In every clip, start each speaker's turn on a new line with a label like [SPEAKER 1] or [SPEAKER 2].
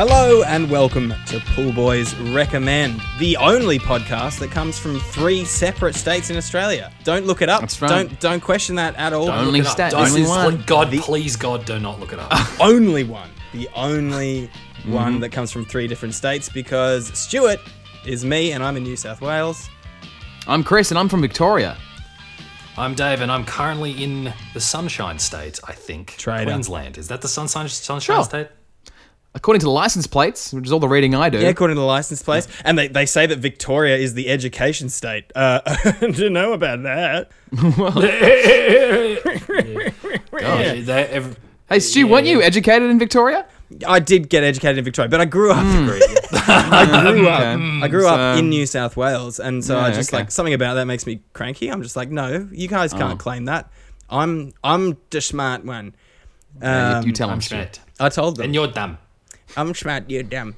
[SPEAKER 1] and welcome to Pool Boys Recommend, the only podcast that comes from three separate states in Australia. Don't look it up.
[SPEAKER 2] That's right.
[SPEAKER 1] Don't don't question that at all.
[SPEAKER 2] Don't
[SPEAKER 3] Only
[SPEAKER 2] look it up.
[SPEAKER 3] stat,
[SPEAKER 2] Don't-
[SPEAKER 3] only
[SPEAKER 2] this is
[SPEAKER 3] one.
[SPEAKER 2] like- God, please, God, do not look it up.
[SPEAKER 1] only one. The only
[SPEAKER 2] Mm-hmm.
[SPEAKER 1] one that comes from three different states because Stuart is me and I'm in New South Wales.
[SPEAKER 3] I'm Chris, and I'm from Victoria.
[SPEAKER 2] I'm Dave, and I'm currently in the Sunshine State. I think
[SPEAKER 1] Trader.
[SPEAKER 2] Queensland is that the Sunshine Sunshine
[SPEAKER 3] Sure.
[SPEAKER 2] State?
[SPEAKER 3] According to the license plates, which is all the reading I do,
[SPEAKER 1] Yeah, according to the license plates. And they, they say that Victoria is the education state. Uh, I didn't know about that.
[SPEAKER 2] Yeah, they- ev-
[SPEAKER 3] Hey, Stu, weren't you educated in Victoria?
[SPEAKER 1] I did get educated in Victoria, but I grew
[SPEAKER 2] Mm.
[SPEAKER 1] up. I grew up. I grew up in New South Wales, and so I
[SPEAKER 3] Yeah,
[SPEAKER 1] just
[SPEAKER 3] okay. Oh.
[SPEAKER 1] like something about that makes me cranky. I'm just like, no, you guys can't claim that. I'm I'm the smart one.
[SPEAKER 3] Yeah, you- you,
[SPEAKER 1] Um,
[SPEAKER 3] tell him,
[SPEAKER 2] I'm
[SPEAKER 3] Stu.
[SPEAKER 2] Schmidt,
[SPEAKER 1] I told them.
[SPEAKER 2] and you're dumb.
[SPEAKER 1] I'm smart. You're dumb.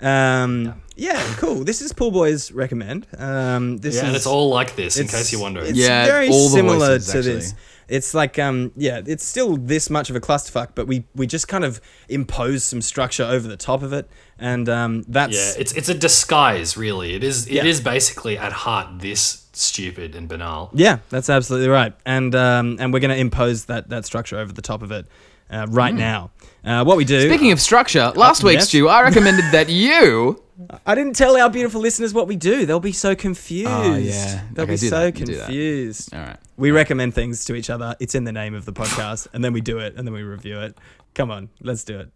[SPEAKER 1] Um, yeah, cool. This is Pool Boys recommend. Um, this
[SPEAKER 2] Yeah,
[SPEAKER 1] is
[SPEAKER 2] and it's all like this, in
[SPEAKER 1] it's-
[SPEAKER 2] case you're wondering.
[SPEAKER 1] It's
[SPEAKER 3] Yeah,
[SPEAKER 1] very
[SPEAKER 3] all the
[SPEAKER 1] similar
[SPEAKER 3] voices,
[SPEAKER 1] to this.
[SPEAKER 3] actually.
[SPEAKER 1] It's like um yeah, it's still this much of a clusterfuck, but we we just kind of impose some structure over the top of it, and um
[SPEAKER 2] Yeah,
[SPEAKER 1] that's
[SPEAKER 2] it's it's a disguise, really. It is it is
[SPEAKER 1] Yeah.
[SPEAKER 2] basically at heart this stupid and banal.
[SPEAKER 1] yeah, that's absolutely right, and um and we're gonna impose that that structure over the top of it uh, right now. Uh, what we do?
[SPEAKER 3] Mm. Speaking of structure, last week,
[SPEAKER 1] yes.
[SPEAKER 3] Stu, I recommended that you.
[SPEAKER 1] I didn't tell our beautiful listeners what we do. They'll be so confused.
[SPEAKER 3] Oh, yeah.
[SPEAKER 1] They'll
[SPEAKER 3] Okay,
[SPEAKER 1] be
[SPEAKER 3] do
[SPEAKER 1] so
[SPEAKER 3] that. You do that.
[SPEAKER 1] confused.
[SPEAKER 3] All right.
[SPEAKER 1] We recommend things to each other. It's in the name of the podcast, and then we do it, and then we review it. Come on, let's do it.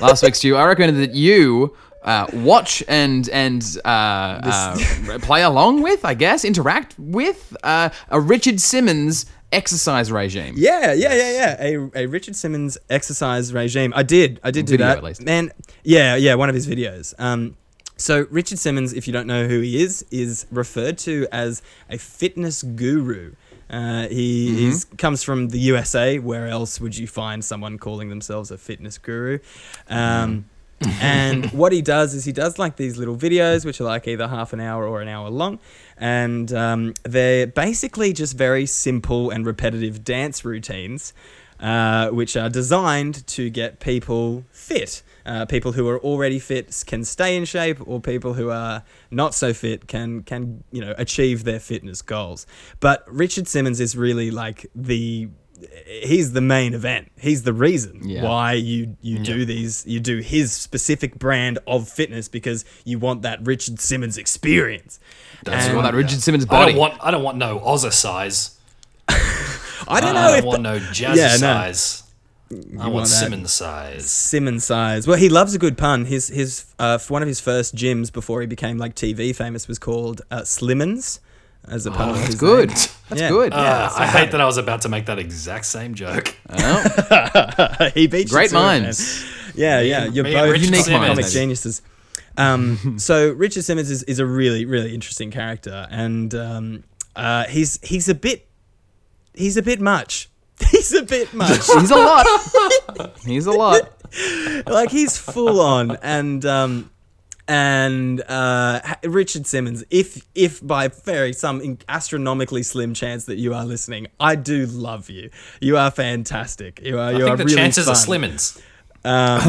[SPEAKER 3] Last week, Stu, I recommended that you uh, watch and and uh, uh, play along with, I guess, interact with uh, a Richard Simmons exercise regime.
[SPEAKER 1] Yeah, yeah, yeah, yeah. A, a Richard Simmons exercise regime. I did. I did do
[SPEAKER 3] Video,
[SPEAKER 1] that.
[SPEAKER 3] at least.
[SPEAKER 1] Man, yeah, yeah, one of his videos. Um, so Richard Simmons, if you don't know who he is, is referred to as a fitness guru. Uh, he
[SPEAKER 3] Mm-hmm.
[SPEAKER 1] he's, comes from the USA. Where else would you find someone calling themselves a fitness guru?
[SPEAKER 3] Mm-hmm.
[SPEAKER 1] Um, and what he does is he does like these little videos, which are like either half an hour or an hour long. And um, they're basically just very simple and repetitive dance routines, uh, which are designed to get people fit. Uh, people who are already fit s- can stay in shape, or people who are not so fit can can you know achieve their fitness goals. But Richard Simmons is really like the he's the main event. He's the reason
[SPEAKER 3] Yeah.
[SPEAKER 1] why why you you do these you do his specific brand of fitness because you want that Richard Simmons experience.
[SPEAKER 2] That's
[SPEAKER 1] And
[SPEAKER 3] Well, that Richard Simmons
[SPEAKER 2] I
[SPEAKER 3] body.
[SPEAKER 2] don't want I don't want no Ozza size.
[SPEAKER 1] I don't know
[SPEAKER 2] I
[SPEAKER 1] if
[SPEAKER 2] don't want no
[SPEAKER 1] the-
[SPEAKER 2] jazz
[SPEAKER 1] Yeah, no.
[SPEAKER 2] size. I want,
[SPEAKER 1] want that.
[SPEAKER 2] Simmons size.
[SPEAKER 1] Simmons size. Well, he loves a good pun. His his uh, f- one of his first gyms before he became like TV famous was called uh, Slimmons, as a
[SPEAKER 2] Oh,
[SPEAKER 1] pun. of
[SPEAKER 3] That's
[SPEAKER 1] his
[SPEAKER 3] good.
[SPEAKER 1] name.
[SPEAKER 3] That's
[SPEAKER 1] Yeah.
[SPEAKER 3] good.
[SPEAKER 2] Uh, I hate that I was about to make that exact same joke.
[SPEAKER 3] Oh,
[SPEAKER 1] he beat you
[SPEAKER 3] Great
[SPEAKER 1] to it, man.
[SPEAKER 3] minds.
[SPEAKER 1] yeah, yeah. You're
[SPEAKER 2] me and
[SPEAKER 1] both
[SPEAKER 2] Richard
[SPEAKER 1] unique
[SPEAKER 2] Simmons.
[SPEAKER 1] comic
[SPEAKER 3] Maybe.
[SPEAKER 1] geniuses. Um, so Richard Simmons is, is a really, really interesting character, and um, uh, he's he's a bit he's a bit much. He's a bit much.
[SPEAKER 3] he's a lot. He's a lot.
[SPEAKER 1] like he's full on and um and uh Ha- Richard Simmons if if by very some in- astronomically slim chance that you are listening I do love you you are fantastic you are you
[SPEAKER 2] I
[SPEAKER 1] are
[SPEAKER 2] think the
[SPEAKER 1] really
[SPEAKER 2] chances
[SPEAKER 1] fun.
[SPEAKER 2] are Simmons.
[SPEAKER 3] I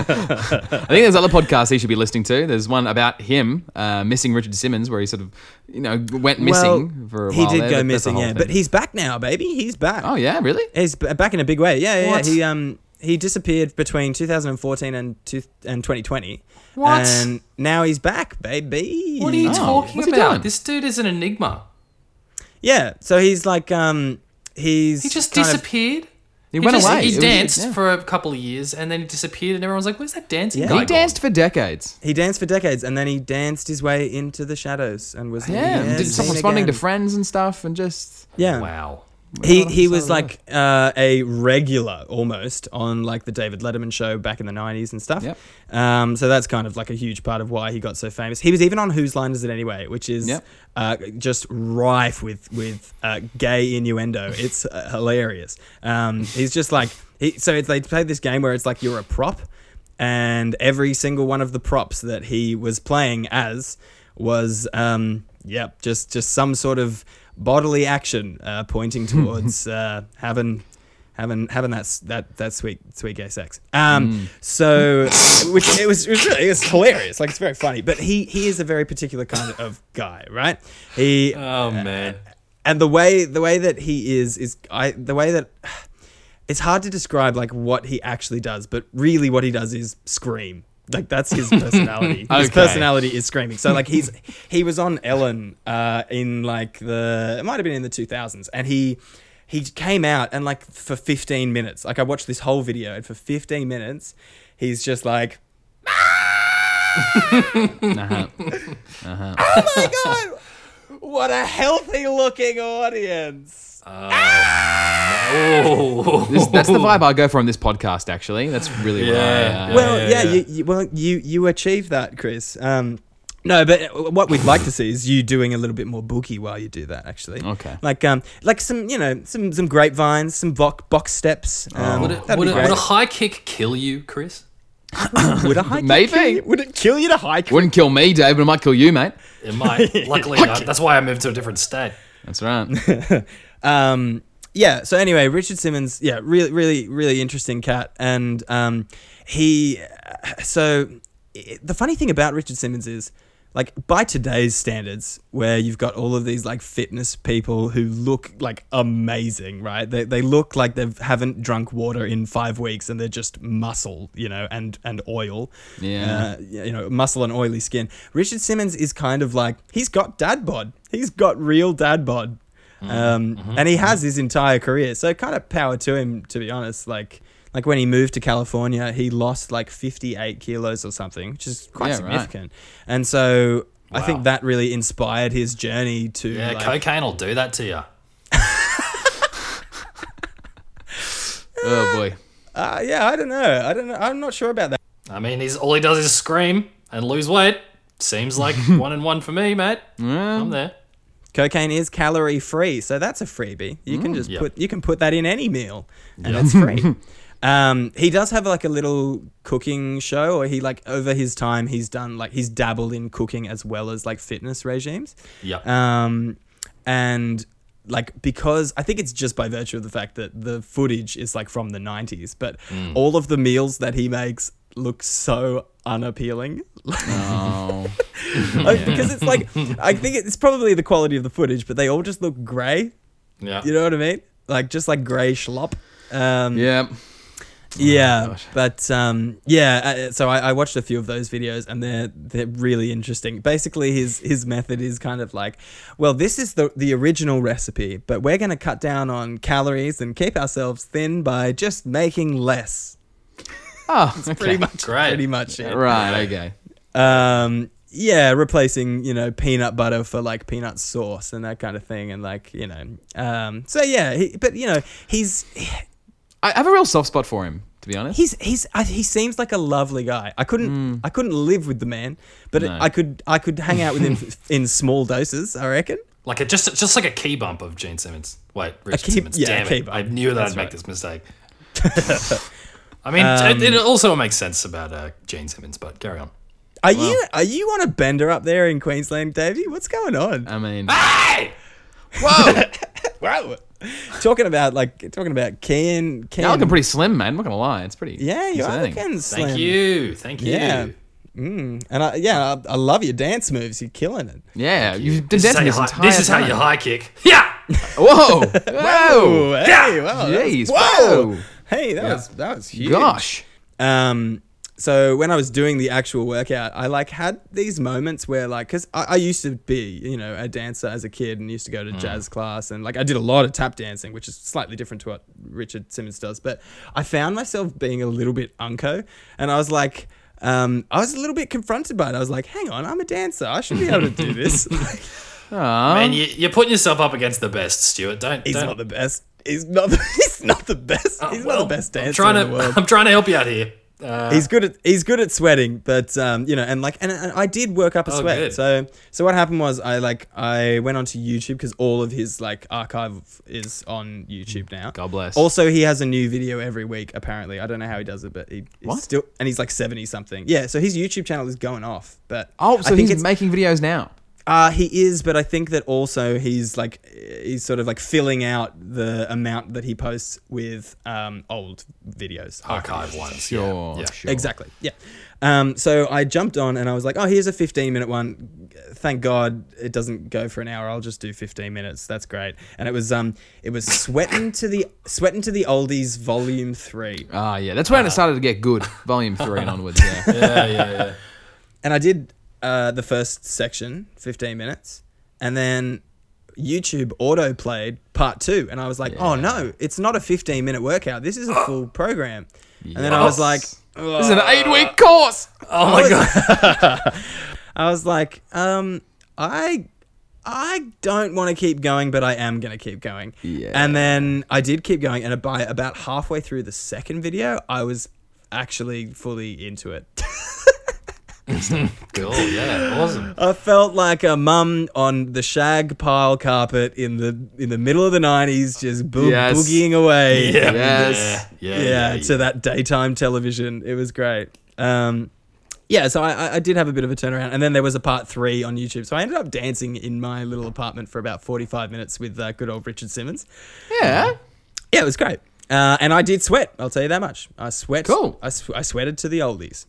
[SPEAKER 3] think there's other podcasts he should be listening to. There's one about him uh, missing Richard Simmons, where he sort of, you know, went missing for a while.
[SPEAKER 1] he did go
[SPEAKER 3] there, but that's a
[SPEAKER 1] missing
[SPEAKER 3] whole
[SPEAKER 1] yeah
[SPEAKER 3] thing.
[SPEAKER 1] but he's back now baby he's back
[SPEAKER 3] Oh yeah, really?
[SPEAKER 1] He's b- back in a big way. Yeah, yeah.
[SPEAKER 3] What?
[SPEAKER 1] yeah. He um he disappeared between 2014 and two- and 2020.
[SPEAKER 3] What?
[SPEAKER 1] And now he's back, baby.
[SPEAKER 2] What are you
[SPEAKER 3] Oh,
[SPEAKER 2] talking
[SPEAKER 3] what's he
[SPEAKER 2] about?
[SPEAKER 3] doing?
[SPEAKER 2] This dude is an enigma.
[SPEAKER 1] Yeah. So he's like um he's
[SPEAKER 2] He just
[SPEAKER 1] kind of-
[SPEAKER 2] disappeared.
[SPEAKER 3] He went
[SPEAKER 2] just-
[SPEAKER 3] away.
[SPEAKER 2] He
[SPEAKER 3] It was-
[SPEAKER 2] danced
[SPEAKER 3] yeah.
[SPEAKER 2] for a couple of years and then he disappeared, and everyone's like, "Where's that dancing
[SPEAKER 1] Yeah.
[SPEAKER 2] guy?"
[SPEAKER 3] He danced for decades.
[SPEAKER 1] he danced for decades and then he danced his way into the shadows and was
[SPEAKER 3] Yeah,
[SPEAKER 1] never
[SPEAKER 3] did
[SPEAKER 1] seen
[SPEAKER 3] some responding to
[SPEAKER 1] again.
[SPEAKER 3] friends and stuff, and just
[SPEAKER 1] yeah.
[SPEAKER 2] Gone? Wow.
[SPEAKER 1] He
[SPEAKER 3] Well,
[SPEAKER 1] he
[SPEAKER 3] so
[SPEAKER 1] was
[SPEAKER 3] do I.
[SPEAKER 1] like uh, a regular almost on like the David Letterman show back in the nineties and stuff.
[SPEAKER 3] Yep.
[SPEAKER 1] Um, so that's kind of like a huge part of why he got so famous. He was even on Whose Line Is It Anyway, which is
[SPEAKER 3] Yep.
[SPEAKER 1] uh, just rife with with uh, gay innuendo. It's uh, hilarious. Um, he's just like he, so it's, they play this game where it's like you're a prop, and every single one of the props that he was playing as was um yep just just some sort of bodily action uh, pointing towards uh, having having having that s- that that sweet sweet gay sex. Um, so which it was it was really it was hilarious. Like it's very funny, but he he is a very particular kind of guy, right? He
[SPEAKER 2] Oh man.
[SPEAKER 1] and the way the way that he is is I the way that it's hard to describe like what he actually does, but really what he does is scream. Like that's his personality. His
[SPEAKER 3] Okay.
[SPEAKER 1] personality is screaming. So like he's he was on Ellen uh, in like the it might have been in the two thousands, and he he came out and like for fifteen minutes. Like I watched this whole video, and for fifteen minutes, he's just like. oh my god! What a healthy looking audience!
[SPEAKER 2] Oh.
[SPEAKER 3] This, that's the vibe I go for on this podcast. Actually, that's really what
[SPEAKER 2] Yeah.
[SPEAKER 3] I, uh,
[SPEAKER 1] Well, yeah,
[SPEAKER 2] Oh, yeah, yeah.
[SPEAKER 1] You, you, well, you you achieved that, Chris. Um, no, but uh, what we'd like to see is you doing a little bit more boogie while you do that. Actually,
[SPEAKER 3] Okay.
[SPEAKER 1] like um, like some you know some some grapevines, some box box steps. Um,
[SPEAKER 2] Oh. Would, it,
[SPEAKER 1] that'd
[SPEAKER 2] would,
[SPEAKER 1] be
[SPEAKER 2] it, would
[SPEAKER 1] great.
[SPEAKER 2] a high kick kill you, Chris?
[SPEAKER 1] Would a hike
[SPEAKER 3] Maybe.
[SPEAKER 1] kill you? Would it kill you to hike?
[SPEAKER 3] wouldn't kill me, Dave, but it might kill you, mate.
[SPEAKER 2] It might. Luckily, I- that's why I moved to a different state.
[SPEAKER 3] That's right.
[SPEAKER 1] Um, yeah. So anyway, Richard Simmons, yeah, really, really, really interesting cat, and um, he. So i the funny thing about Richard Simmons is, like, by today's standards, where you've got all of these like fitness people who look like amazing, right? They they look like they haven't drunk water in five weeks, and they're just muscle, you know, and and oil.
[SPEAKER 3] Yeah.
[SPEAKER 1] Uh, uh, you know, muscle and oily skin. Richard Simmons is kind of like he's got dad bod. He's got real dad bod, um, and he has his entire career. So kind of power to him, to be honest. Like like when he moved to California, he lost like fifty eight kilos or something, which is quite
[SPEAKER 3] Yeah, right.
[SPEAKER 1] significant. And so I think
[SPEAKER 2] Wow.
[SPEAKER 1] that really inspired his journey to
[SPEAKER 2] Yeah,
[SPEAKER 1] like,
[SPEAKER 2] cocaine will do that to you.
[SPEAKER 3] Oh boy.
[SPEAKER 1] uh, yeah, I don't know, I don't know, I'm not sure about that.
[SPEAKER 2] I mean, he's all he does is scream and lose weight. Seems like one and one for me, mate. I'm there.
[SPEAKER 1] Cocaine is calorie free, so that's a freebie. You can just
[SPEAKER 2] Yep.
[SPEAKER 1] put you can put that in any meal, and that's free. um, he does have like a little cooking show, or he like over his time he's done like he's dabbled in cooking as well as like fitness regimes.
[SPEAKER 2] Yep.
[SPEAKER 1] Um, and like because I think it's just by virtue of the fact that the footage is like from the '90s, but all of the meals that he makes look so unappealing.
[SPEAKER 3] Oh.
[SPEAKER 1] Like, because it's like I think it's probably the quality of the footage, but they all just look grey.
[SPEAKER 2] yeah.
[SPEAKER 1] You know what I mean? Like just like grey schlop. Um, yeah,
[SPEAKER 3] Yeah.
[SPEAKER 1] but um, yeah. uh, So I, I watched a few of those videos, and they're they're really interesting. Basically, his his method is kind of like, well, this is the the original recipe, but we're going to cut down on calories and keep ourselves thin by just making less.
[SPEAKER 3] Oh, okay.
[SPEAKER 1] Pretty much,
[SPEAKER 2] Great.
[SPEAKER 1] pretty much it.
[SPEAKER 3] Right. Okay.
[SPEAKER 1] um yeah replacing you know peanut butter for like peanut sauce and that kind of thing and like you know um so yeah he, but you know he's
[SPEAKER 3] I have a real soft spot for him, to be honest.
[SPEAKER 1] he's he's I, he seems like a lovely guy i couldn't i couldn't live with the man but
[SPEAKER 3] Mm. No.
[SPEAKER 1] i could i could hang out with him f- in small doses i reckon
[SPEAKER 2] Like a, just just like a key bump of Gene Simmons. Wait, Richard
[SPEAKER 1] key-
[SPEAKER 2] Simmons.
[SPEAKER 1] yeah,
[SPEAKER 2] Damn
[SPEAKER 1] a key
[SPEAKER 2] it!
[SPEAKER 1] bump.
[SPEAKER 2] I knew that
[SPEAKER 1] That's
[SPEAKER 2] I'd make
[SPEAKER 1] right.
[SPEAKER 2] this mistake. I mean,
[SPEAKER 1] Um,
[SPEAKER 2] it, it also makes sense about uh, Gene Simmons, but carry on.
[SPEAKER 1] are you are you on a bender up there in queensland davey what's going on
[SPEAKER 3] I mean,
[SPEAKER 2] Hey!
[SPEAKER 3] whoa!
[SPEAKER 1] wow talking about like talking about can can
[SPEAKER 3] You're looking pretty slim, man. I'm not gonna lie, it's pretty.
[SPEAKER 1] yeah you are
[SPEAKER 3] concerning.
[SPEAKER 1] looking
[SPEAKER 2] Thank
[SPEAKER 1] slim
[SPEAKER 2] you. Thank you.
[SPEAKER 1] Yeah. Mm. And I, yeah, I, I love your dance moves. You're killing it.
[SPEAKER 3] Yeah, you've been
[SPEAKER 2] This is, how
[SPEAKER 3] dancing
[SPEAKER 2] you,
[SPEAKER 3] this
[SPEAKER 2] hi-
[SPEAKER 3] entire
[SPEAKER 2] this is how
[SPEAKER 3] time.
[SPEAKER 2] you high kick. Yeah.
[SPEAKER 1] Um,
[SPEAKER 3] Whoa! Whoa!
[SPEAKER 1] Ooh, hey, wow, that was-
[SPEAKER 3] Jeez,
[SPEAKER 1] whoa.
[SPEAKER 3] whoa.
[SPEAKER 1] Hey, that was that was huge.
[SPEAKER 3] Gosh.
[SPEAKER 1] Um, so when I was doing the actual workout, I like had these moments where like, cause I, I used to be, you know, a dancer as a kid and used to
[SPEAKER 3] Mm.
[SPEAKER 1] go to jazz class and like I did a lot of tap dancing, which is slightly different to what Richard Simmons does. But I found myself being a little bit unco, and I was like. Um, I was a little bit confronted by it. I was like, "Hang on, I'm a dancer. I should be able to do this."
[SPEAKER 3] Aw.
[SPEAKER 2] And you, you're putting yourself up against the best, Stuart. Don't.
[SPEAKER 1] He's
[SPEAKER 2] don't
[SPEAKER 1] not the best. He's not. The, he's not the best.
[SPEAKER 2] Oh,
[SPEAKER 1] he's
[SPEAKER 2] well,
[SPEAKER 1] not the best dancer
[SPEAKER 2] I'm trying
[SPEAKER 1] in
[SPEAKER 2] to,
[SPEAKER 1] the world.
[SPEAKER 2] I'm trying to help you out here. Uh,
[SPEAKER 1] he's good at he's good at sweating, but um, you know, and like, and, and I did work up a
[SPEAKER 2] Oh,
[SPEAKER 1] sweat.
[SPEAKER 2] good.
[SPEAKER 1] So, so what happened was I like I went onto YouTube because all of his like archive is on YouTube now.
[SPEAKER 3] God bless.
[SPEAKER 1] Also, he has a new video every week. Apparently, I don't know how he does it, but he he's still and he's like seventy something. Yeah, so his YouTube channel is going off. But
[SPEAKER 3] oh,
[SPEAKER 1] I
[SPEAKER 3] so
[SPEAKER 1] think
[SPEAKER 3] he's
[SPEAKER 1] it's-
[SPEAKER 3] making videos now.
[SPEAKER 1] Uh, he is, but I think that also he's like he's sort of like filling out the amount that he posts with um, old
[SPEAKER 3] Oh,
[SPEAKER 1] videos.
[SPEAKER 2] Archive ones.
[SPEAKER 3] Sure,
[SPEAKER 2] Yeah. yeah.
[SPEAKER 3] sure.
[SPEAKER 1] Exactly. Yeah. Um, so I jumped on and I was like, oh, here's a 15 minute one. Thank God it doesn't go for an hour. I'll just do 15 minutes. That's great. And it was um, it was sweating to the sweating to the oldies volume three.
[SPEAKER 3] Ah, yeah. That's when it started to get good. Volume three and onwards. Yeah.
[SPEAKER 2] Uh, Yeah, yeah, yeah.
[SPEAKER 1] And I did uh, the first section, 15 minutes, and then YouTube auto played part two. And I was like, oh no, it's not a 15 minute workout. This is a full program. And then I was like,
[SPEAKER 3] Yes. This is an eight-week course.
[SPEAKER 2] Oh my god.
[SPEAKER 1] I was like, um, I. I don't want to keep going, but I am going to keep going.
[SPEAKER 3] Yeah.
[SPEAKER 1] And then I did keep going, and by about halfway through the second video, I was actually fully into it.
[SPEAKER 2] Cool. Yeah. Awesome.
[SPEAKER 1] I felt like a mum on the shag pile carpet in the in the middle of the nineties, just boo-
[SPEAKER 3] Yes.
[SPEAKER 1] boogieing away.
[SPEAKER 3] Yes.
[SPEAKER 2] Yeah.
[SPEAKER 1] yeah,
[SPEAKER 2] Yeah. yeah,
[SPEAKER 1] to that daytime television. It was great. Um, yeah, so I, I- I did have a bit of a turnaround, and then there was a part three on YouTube. So I ended up dancing in my little apartment for about forty-five minutes with uh, good old Richard Simmons.
[SPEAKER 3] Yeah.
[SPEAKER 1] Yeah, it was great, uh, and I did sweat. I'll tell you that much. I sweat.
[SPEAKER 3] Cool.
[SPEAKER 1] I, sw- I sweated to the oldies.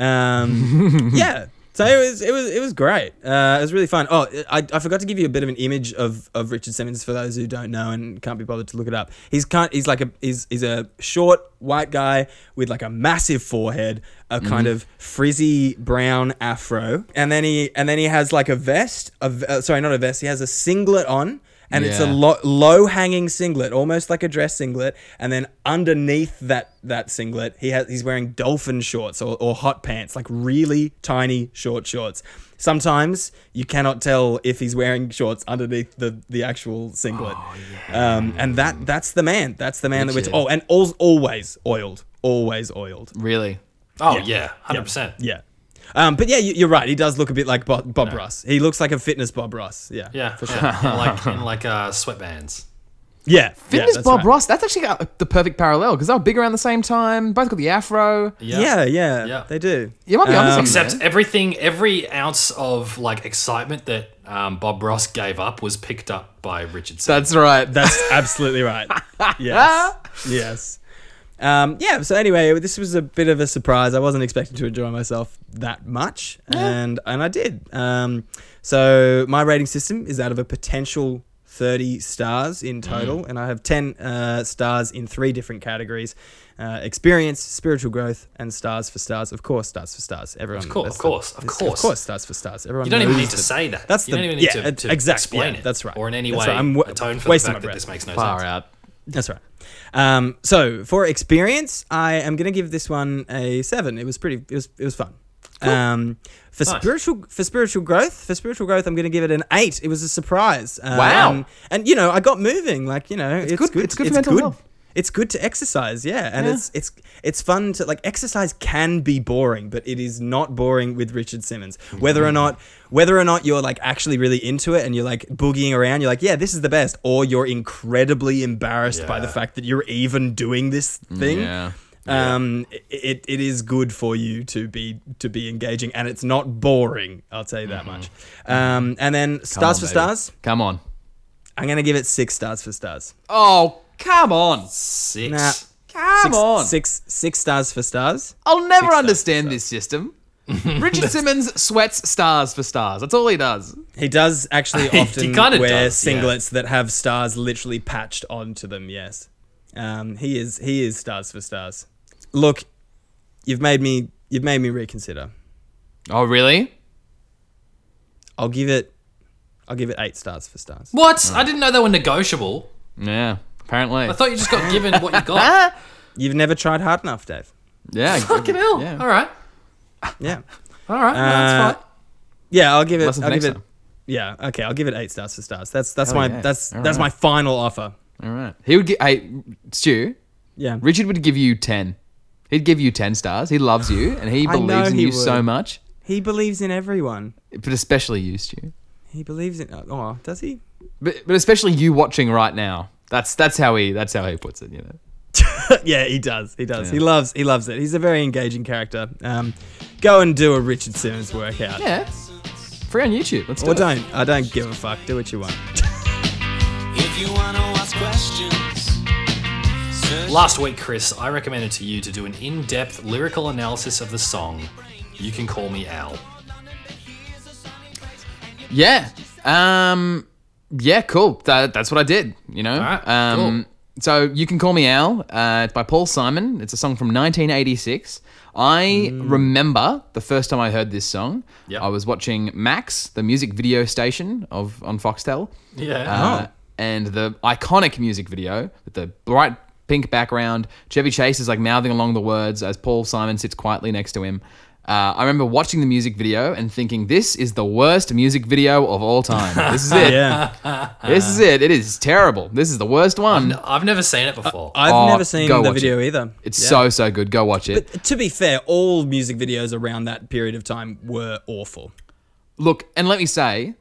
[SPEAKER 1] Um, yeah. So it was it was it was great. Uh, it was really fun. Oh, I, I forgot to give you a bit of an image of, of Richard Simmons for those who don't know and can't be bothered to look it up. He's kind he's like a he's, he's a short white guy with like a massive forehead, a kind of frizzy brown afro, and then he and then he has like a vest. A, v- uh, sorry, not a vest. He has a singlet on, and it's a
[SPEAKER 3] Yeah.
[SPEAKER 1] lo- low hanging singlet, almost like a dress singlet, and then underneath that that singlet, he has he's wearing dolphin shorts or, or hot pants, like really tiny short shorts. Sometimes you cannot tell if he's wearing shorts underneath the, the actual singlet.
[SPEAKER 3] Oh,
[SPEAKER 1] um, and that that's the man. That's the man that
[SPEAKER 3] Richard.
[SPEAKER 1] we're t- oh, and al- always oiled, always oiled.
[SPEAKER 3] Really.
[SPEAKER 2] Oh yeah. Hundred percent.
[SPEAKER 1] Yeah. Um, but yeah, you, you're right. He does look a bit like Bob, Bob Ross. He looks like a fitness Bob Ross. Yeah.
[SPEAKER 2] Yeah. For sure. in like in like uh, sweatbands.
[SPEAKER 1] Yeah.
[SPEAKER 3] Fitness
[SPEAKER 1] yeah, that's
[SPEAKER 3] Bob
[SPEAKER 1] right.
[SPEAKER 3] Ross. That's actually uh, the perfect parallel because they were big around the same time. Both got the afro.
[SPEAKER 1] Yeah, yeah,
[SPEAKER 2] Yeah.
[SPEAKER 1] They do.
[SPEAKER 3] You might be onto
[SPEAKER 1] Um,
[SPEAKER 3] something.
[SPEAKER 2] Except
[SPEAKER 3] there.
[SPEAKER 2] everything, every ounce of like excitement that um, Bob Ross gave up was picked up by Richard. Simmons.
[SPEAKER 3] that's right.
[SPEAKER 1] That's absolutely right. Yes. yes. Um, yeah, so anyway, this was a bit of a surprise. I wasn't expecting to enjoy myself that much, and and I did. Um, so my rating system is out of a potential 30 stars
[SPEAKER 2] Mm.
[SPEAKER 1] in total, and I have 10 uh, stars in three different categories: uh, experience, spiritual growth, and stars for stars. Of course, stars for stars. Everyone,
[SPEAKER 2] course,
[SPEAKER 1] that's
[SPEAKER 2] of course, of
[SPEAKER 1] it's-
[SPEAKER 2] course.
[SPEAKER 1] of course, stars for stars. Everyone,
[SPEAKER 2] You don't even
[SPEAKER 1] knows
[SPEAKER 2] need to
[SPEAKER 1] that-
[SPEAKER 2] say that.
[SPEAKER 1] That's
[SPEAKER 2] you
[SPEAKER 1] the-
[SPEAKER 2] don't even need
[SPEAKER 1] yeah,
[SPEAKER 2] to,
[SPEAKER 1] it's-
[SPEAKER 2] to
[SPEAKER 1] exactly,
[SPEAKER 2] explain
[SPEAKER 1] yeah,
[SPEAKER 2] it.
[SPEAKER 1] that's right.
[SPEAKER 2] Or in any
[SPEAKER 1] That's
[SPEAKER 2] way
[SPEAKER 1] right, I'm wa-
[SPEAKER 2] atone for the
[SPEAKER 1] wasting my
[SPEAKER 2] fact that
[SPEAKER 1] breath.
[SPEAKER 2] this makes no
[SPEAKER 3] Far
[SPEAKER 2] sense.
[SPEAKER 3] out.
[SPEAKER 1] That's right. Um, so for experience, I am going to give this one a seven. It was pretty. It was. It was fun. Um, for
[SPEAKER 2] Nice.
[SPEAKER 1] spiritual for spiritual growth for spiritual growth, I'm going to give it an eight. It was a surprise. Uh,
[SPEAKER 3] Wow.
[SPEAKER 1] And, and, you know, I got moving. Like you know, it's,
[SPEAKER 3] good- it's good for mental health.
[SPEAKER 1] It's good to exercise, yeah, and
[SPEAKER 3] Yeah.
[SPEAKER 1] it's it's it's fun to like exercise can be boring, but it is not boring with Richard Simmons. Whether or not whether or not you're like actually really into it and you're like boogieing around, you're like, yeah, this is the best, or you're incredibly embarrassed by the
[SPEAKER 2] Yeah.
[SPEAKER 1] fact that you're even doing this thing.
[SPEAKER 3] Mm, Yeah.
[SPEAKER 1] Um, it, it is good for you to be to be engaging, and it's not boring. I'll tell you that much. Um, and then stars
[SPEAKER 3] Mm-hmm. on,
[SPEAKER 1] for
[SPEAKER 3] baby.
[SPEAKER 1] stars,
[SPEAKER 3] Come on.
[SPEAKER 1] I'm gonna give it six stars for stars.
[SPEAKER 3] Oh, come on.
[SPEAKER 2] Six.
[SPEAKER 1] Nah.
[SPEAKER 3] Come
[SPEAKER 1] Six-
[SPEAKER 3] on.
[SPEAKER 1] six six stars for stars.
[SPEAKER 3] I'll never
[SPEAKER 1] stars,
[SPEAKER 3] understand this system. Richard Simmons sweats stars for stars. That's all he does.
[SPEAKER 1] He does actually
[SPEAKER 2] He
[SPEAKER 1] often
[SPEAKER 2] kinda
[SPEAKER 1] wear
[SPEAKER 2] does, yeah.
[SPEAKER 1] singlets that have stars literally patched onto them. Yes, um, he is he is stars for stars. Look, you've made me you've made me reconsider.
[SPEAKER 3] Oh, really?
[SPEAKER 1] I'll give it I'll give it eight stars for stars.
[SPEAKER 2] What? I didn't know they were negotiable.
[SPEAKER 3] Yeah. Apparently.
[SPEAKER 2] I thought you just got given what you got.
[SPEAKER 3] Ah,
[SPEAKER 1] You've never tried hard enough, Dave.
[SPEAKER 3] yeah.
[SPEAKER 2] Fucking hell.
[SPEAKER 3] Yeah.
[SPEAKER 2] All right.
[SPEAKER 1] Yeah,
[SPEAKER 2] All right. no, that's
[SPEAKER 1] Uh,
[SPEAKER 2] fine.
[SPEAKER 1] yeah. I'll give it.
[SPEAKER 3] Lesson for
[SPEAKER 1] I'll give
[SPEAKER 3] next
[SPEAKER 1] it.
[SPEAKER 3] time.
[SPEAKER 1] Yeah. Okay. I'll give it eight stars for stars. That's that's
[SPEAKER 3] Hell
[SPEAKER 1] my
[SPEAKER 3] yeah.
[SPEAKER 1] that's
[SPEAKER 3] All
[SPEAKER 1] that's
[SPEAKER 3] right.
[SPEAKER 1] my final offer.
[SPEAKER 3] All right. He would get. Hey, Stu.
[SPEAKER 1] Yeah.
[SPEAKER 3] Richard would give you ten. He'd give you ten stars. He loves you, and he
[SPEAKER 1] I know
[SPEAKER 3] believes in
[SPEAKER 1] he
[SPEAKER 3] you
[SPEAKER 1] would.
[SPEAKER 3] so much,
[SPEAKER 1] He believes in everyone.
[SPEAKER 3] but especially you, Stu.
[SPEAKER 1] He believes in. Oh, does he?
[SPEAKER 3] But, but especially you watching right now. That's that's how he that's how he puts it. You know.
[SPEAKER 1] yeah, he does. He does. He loves. He loves it. He's a very engaging character. Um, go and do a Richard Simmons workout.
[SPEAKER 3] Yeah. Free on YouTube. Let's do
[SPEAKER 1] Or
[SPEAKER 3] it.
[SPEAKER 1] don't. I don't give a fuck. Do what you want.
[SPEAKER 4] If you wanna ask questions, search
[SPEAKER 2] Last week, Chris, I recommended to you to do an in depth lyrical analysis of the song You Can Call Me Al.
[SPEAKER 3] Yeah. Um. Yeah. Cool. That, that's what I did. You know.
[SPEAKER 2] Alright,
[SPEAKER 3] um, So you can call me Al. Uh, it's by Paul Simon. It's a song from 1986. I remember the first time I heard this song.
[SPEAKER 2] Yep.
[SPEAKER 3] I was watching Max, the music video station of on Foxtel.
[SPEAKER 1] Ah.
[SPEAKER 2] Yeah.
[SPEAKER 1] Oh.
[SPEAKER 3] Uh, and the iconic music video with the bright pink background. Chevy Chase is like mouthing along the words as Paul Simon sits quietly next to him. Uh, I remember watching the music video and thinking, this is the worst music video of all time. This is it.
[SPEAKER 1] Yeah.
[SPEAKER 3] This is it. It is terrible. This is the worst one.
[SPEAKER 2] I've never seen it before.
[SPEAKER 1] I've
[SPEAKER 3] Oh,
[SPEAKER 1] never seen
[SPEAKER 3] go
[SPEAKER 1] the
[SPEAKER 3] watch
[SPEAKER 1] video either.
[SPEAKER 3] It's
[SPEAKER 1] Yeah.
[SPEAKER 3] so, so good. Go watch it.
[SPEAKER 1] To be fair, all music videos around that period of time were awful.
[SPEAKER 3] Look, and let me say,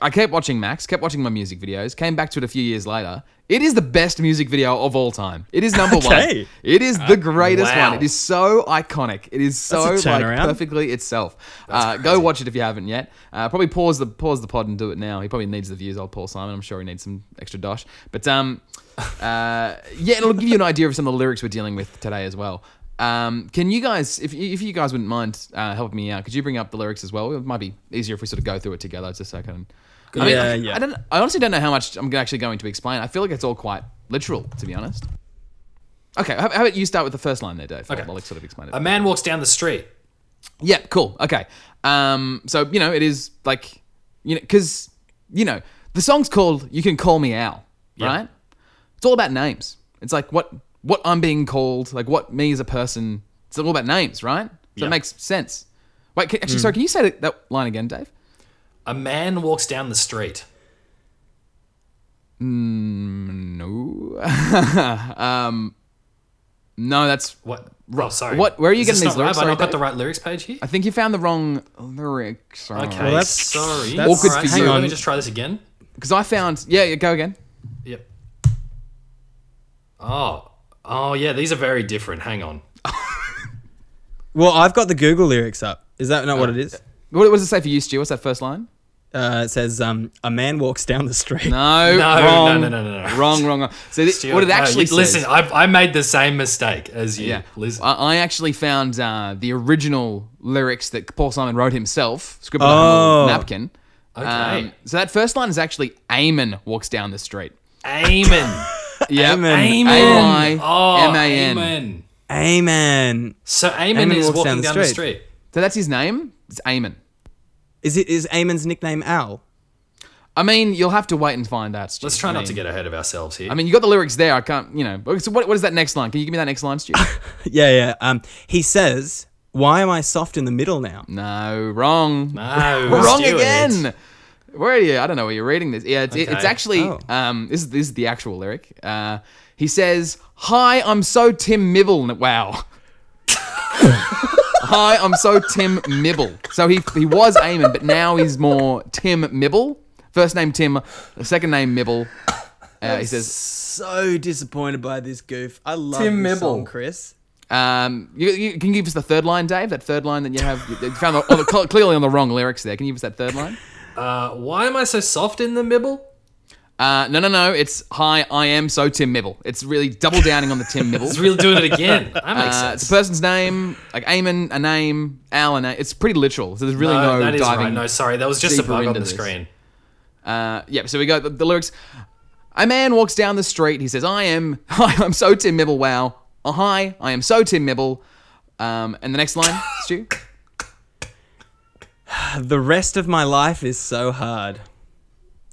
[SPEAKER 3] I kept watching Max, kept watching my music videos, came back to it a few years later. It is the best music video of all time. It is number
[SPEAKER 1] Okay. Uh,
[SPEAKER 3] one. It is the greatest
[SPEAKER 2] wow.
[SPEAKER 3] one. It is so iconic. It is so
[SPEAKER 1] That's a
[SPEAKER 3] like
[SPEAKER 1] turnaround.
[SPEAKER 3] perfectly itself. Uh, go watch it if you haven't yet. Uh, probably pause the pause the pod and do it now. He probably needs the views. Old Paul Simon. I'm sure he needs some extra dosh. But um, uh, yeah, it'll give you an idea of some of the lyrics we're dealing with today as well. Um, can you guys, if you, if you guys wouldn't mind uh, helping me out, could you bring up the lyrics as well? It might be easier if we sort of go through it together. Just so I can. I mean,
[SPEAKER 1] Yeah,
[SPEAKER 3] I,
[SPEAKER 1] yeah.
[SPEAKER 3] I don't. I honestly don't know how much I'm actually going to explain. I feel like it's all quite literal, to be honest. Okay, how, how about you start with the first line there, Dave?
[SPEAKER 2] Okay.
[SPEAKER 3] I'll, I'll sort of explain it.
[SPEAKER 2] a man walks down the street.
[SPEAKER 3] Yeah, cool. Okay. Um, so you know, it is like you know, because you know, the song's called "You Can Call Me Al," right? It's all about names. It's like what what I'm being called, like what me as a person. It's all about names, right? So
[SPEAKER 2] Yeah. Hmm.
[SPEAKER 3] it makes sense. Wait, can, actually, sorry. Can you say that, that line again, Dave?
[SPEAKER 2] A man walks down the street.
[SPEAKER 3] No. um, no, that's.
[SPEAKER 2] What? Rob, sorry.
[SPEAKER 3] What- where are you
[SPEAKER 2] Is this
[SPEAKER 3] getting these
[SPEAKER 2] not right?
[SPEAKER 3] lyrics?
[SPEAKER 2] Have I
[SPEAKER 3] Sorry,
[SPEAKER 2] not got
[SPEAKER 3] Dave.
[SPEAKER 2] the right lyrics page here?
[SPEAKER 3] I think you found the wrong lyrics.
[SPEAKER 2] Okay,
[SPEAKER 1] that's-
[SPEAKER 2] sorry.
[SPEAKER 1] that's-
[SPEAKER 3] Awkward
[SPEAKER 2] Alright,
[SPEAKER 3] for
[SPEAKER 2] so
[SPEAKER 3] you.
[SPEAKER 2] Let me just try this again.
[SPEAKER 3] Because I found. Yeah, yeah, go again.
[SPEAKER 2] Yep. Oh. Oh, yeah, these are very different. Hang on.
[SPEAKER 1] Well, I've got the Google lyrics up. Is that not what
[SPEAKER 3] Uh,
[SPEAKER 1] it is?
[SPEAKER 3] What, what does it say for you, Stu? What's that first line?
[SPEAKER 1] Uh, it says, um, "A man walks down the street."
[SPEAKER 3] No,
[SPEAKER 2] No, no,
[SPEAKER 3] wrong,
[SPEAKER 2] no, no, no, no.
[SPEAKER 3] wrong, wrong, wrong. So th-
[SPEAKER 2] Stuart,
[SPEAKER 3] what it
[SPEAKER 2] no,
[SPEAKER 3] actually
[SPEAKER 2] you- Listen,
[SPEAKER 3] says-
[SPEAKER 2] I, I made the same mistake as you.
[SPEAKER 3] yeah,
[SPEAKER 2] Liz.
[SPEAKER 3] I, I actually found uh, the original lyrics that Paul Simon wrote himself, scribbled on a
[SPEAKER 1] Oh.
[SPEAKER 3] little napkin. Um,
[SPEAKER 2] Okay.
[SPEAKER 3] so that first line is actually Eamon walks down the street.
[SPEAKER 2] Amen.
[SPEAKER 3] Yeah,
[SPEAKER 1] Eamon.
[SPEAKER 2] Amen.
[SPEAKER 3] A Y
[SPEAKER 2] Oh,
[SPEAKER 3] M A N.
[SPEAKER 2] Amen.
[SPEAKER 1] Amen.
[SPEAKER 2] So Amen
[SPEAKER 1] Eamon
[SPEAKER 2] is
[SPEAKER 1] walks
[SPEAKER 2] walking down, the, street.
[SPEAKER 3] So that's his name. It's Eamon.
[SPEAKER 1] Is it is Eamon's nickname Al?
[SPEAKER 3] I mean, you'll have to wait and find out. Stu.
[SPEAKER 2] Let's try
[SPEAKER 3] I
[SPEAKER 2] not
[SPEAKER 3] mean-
[SPEAKER 2] to get ahead of ourselves here.
[SPEAKER 3] I mean, you got the lyrics there. I can't, you know. So what, what is that next line? Can you give me that next line, Stu?
[SPEAKER 1] Yeah, yeah. Um, he says, "Why am I soft in the middle now?"
[SPEAKER 3] no, wrong.
[SPEAKER 2] no,
[SPEAKER 3] We're wrong
[SPEAKER 2] Stuart.
[SPEAKER 3] again. Where are you? I don't know where you're reading this. Yeah, it's, it- it's
[SPEAKER 2] Okay.
[SPEAKER 3] actually
[SPEAKER 1] Oh.
[SPEAKER 3] um, this is this is the actual lyric. Uh, he says, "Hi, I'm so Tim Mibble." n- Wow. Hi, I'm so Tim Mibble. So he he was Eamon, but now he's more Tim Mibble. First name Tim, second name Mibble. Uh, he says,
[SPEAKER 1] So disappointed by this goof. I love
[SPEAKER 2] Tim
[SPEAKER 1] this
[SPEAKER 2] Mibble.
[SPEAKER 1] song, Chris.
[SPEAKER 3] um, you, you, "Can you give us the third line, Dave? That third line that you have you you found the, oh, the, clearly on the wrong lyrics there. Can you give us that third line?"
[SPEAKER 2] Uh, why am I so soft in the mibble?
[SPEAKER 3] Uh, no, no, no. It's hi, I am so Tim Mibble. It's really double downing on the Tim Mibble.
[SPEAKER 2] It's really doing it again. That makes
[SPEAKER 3] Uh, it's
[SPEAKER 2] sense.
[SPEAKER 3] a person's name, like Eamon, a name, Al, a name. It's pretty literal. So there's really no,
[SPEAKER 2] no, Uh, that is right.
[SPEAKER 3] diving.
[SPEAKER 2] No, sorry, that was just a
[SPEAKER 3] deeper
[SPEAKER 2] bug on
[SPEAKER 3] into
[SPEAKER 2] the
[SPEAKER 3] this.
[SPEAKER 2] screen.
[SPEAKER 3] Uh, yeah, so we got the, the lyrics. A man walks down the street. He says, I am, hi, I'm so Tim Mibble. Wow. Oh, hi, I am so Tim Mibble. Um, and the next line, Stu?
[SPEAKER 1] The rest of my life is so hard.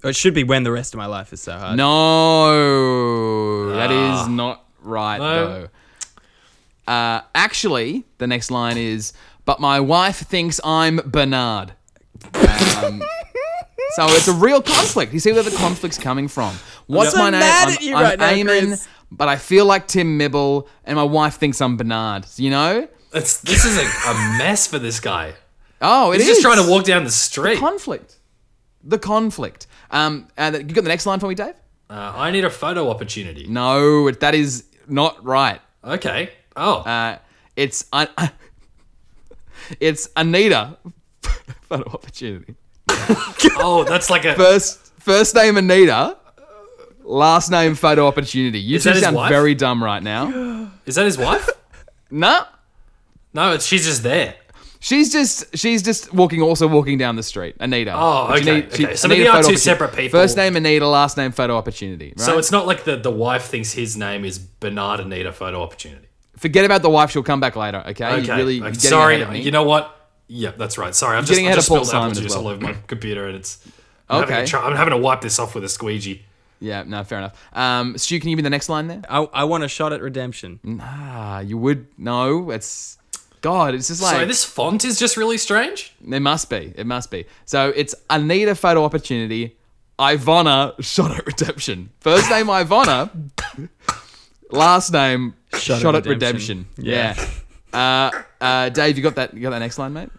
[SPEAKER 1] Or it should be when the rest of my life is so hard.
[SPEAKER 3] No, that is not right
[SPEAKER 2] No.
[SPEAKER 3] though. Uh, actually, the next line is, "But my wife thinks I'm Bernard." Um, so it's a real conflict. You see where the conflict's coming from? What's
[SPEAKER 1] so
[SPEAKER 3] my name?
[SPEAKER 1] mad
[SPEAKER 3] I'm,
[SPEAKER 1] at you
[SPEAKER 3] I'm
[SPEAKER 1] right now,
[SPEAKER 3] Eamon,
[SPEAKER 1] Chris.
[SPEAKER 3] but I feel like Tim Mibble, and my wife thinks I'm Bernard. You know?
[SPEAKER 2] It's, this is a, a mess for this guy.
[SPEAKER 3] Oh, it
[SPEAKER 2] He's
[SPEAKER 3] is.
[SPEAKER 2] just trying to walk down the street. Uh,
[SPEAKER 3] conflict. The conflict. Um, and you got the next line for me, Dave?
[SPEAKER 2] Uh, I need a photo opportunity.
[SPEAKER 3] No, it- that is not right.
[SPEAKER 2] Okay. Oh,
[SPEAKER 3] Uh, it's uh, it's Anita photo opportunity.
[SPEAKER 2] Oh, that's like a.
[SPEAKER 3] First first name Anita, last name photo opportunity. You
[SPEAKER 2] Is
[SPEAKER 3] two
[SPEAKER 2] that his
[SPEAKER 3] sound
[SPEAKER 2] wife?
[SPEAKER 3] very dumb right now.
[SPEAKER 2] Is that his wife?
[SPEAKER 3] Nah.
[SPEAKER 2] No, it's, she's just there.
[SPEAKER 3] She's just she's just walking also walking down the street. Anita.
[SPEAKER 2] Oh,
[SPEAKER 3] But you
[SPEAKER 2] okay, okay. So maybe they are
[SPEAKER 3] photo
[SPEAKER 2] two
[SPEAKER 3] opportunity.
[SPEAKER 2] separate people.
[SPEAKER 3] First name Anita, last name photo opportunity. Right?
[SPEAKER 2] So it's not like the, the wife thinks his name is Bernard Anita Photo Opportunity.
[SPEAKER 3] forget about the wife. She'll come back later. Okay. You
[SPEAKER 2] Okay.
[SPEAKER 3] really-
[SPEAKER 2] okay.
[SPEAKER 3] you're getting ahead
[SPEAKER 2] Sorry.
[SPEAKER 3] of me.
[SPEAKER 2] You know what? Yeah, that's right. Sorry, I've just,
[SPEAKER 3] getting
[SPEAKER 2] I
[SPEAKER 3] ahead
[SPEAKER 2] just
[SPEAKER 3] of Paul
[SPEAKER 2] spilled apple
[SPEAKER 3] Simon as
[SPEAKER 2] juice
[SPEAKER 3] well.
[SPEAKER 2] all over my computer, and it's. I'm
[SPEAKER 3] Okay.
[SPEAKER 2] Having to try, I'm having to wipe this off with a squeegee.
[SPEAKER 3] Yeah. No. Fair enough. Um, Stu, can you be the next line there?
[SPEAKER 1] I, I want a shot at redemption.
[SPEAKER 3] Ah, you would. No. It's. God, it's just like
[SPEAKER 2] Sorry, this font is just really strange.
[SPEAKER 3] It must be. It must be. So it's Anita Photo Opportunity, Ivana Shot at Redemption. First name Ivana, last name Shot, at Redemption. Yeah. Uh, uh, Dave, you got that? You got that next line, mate?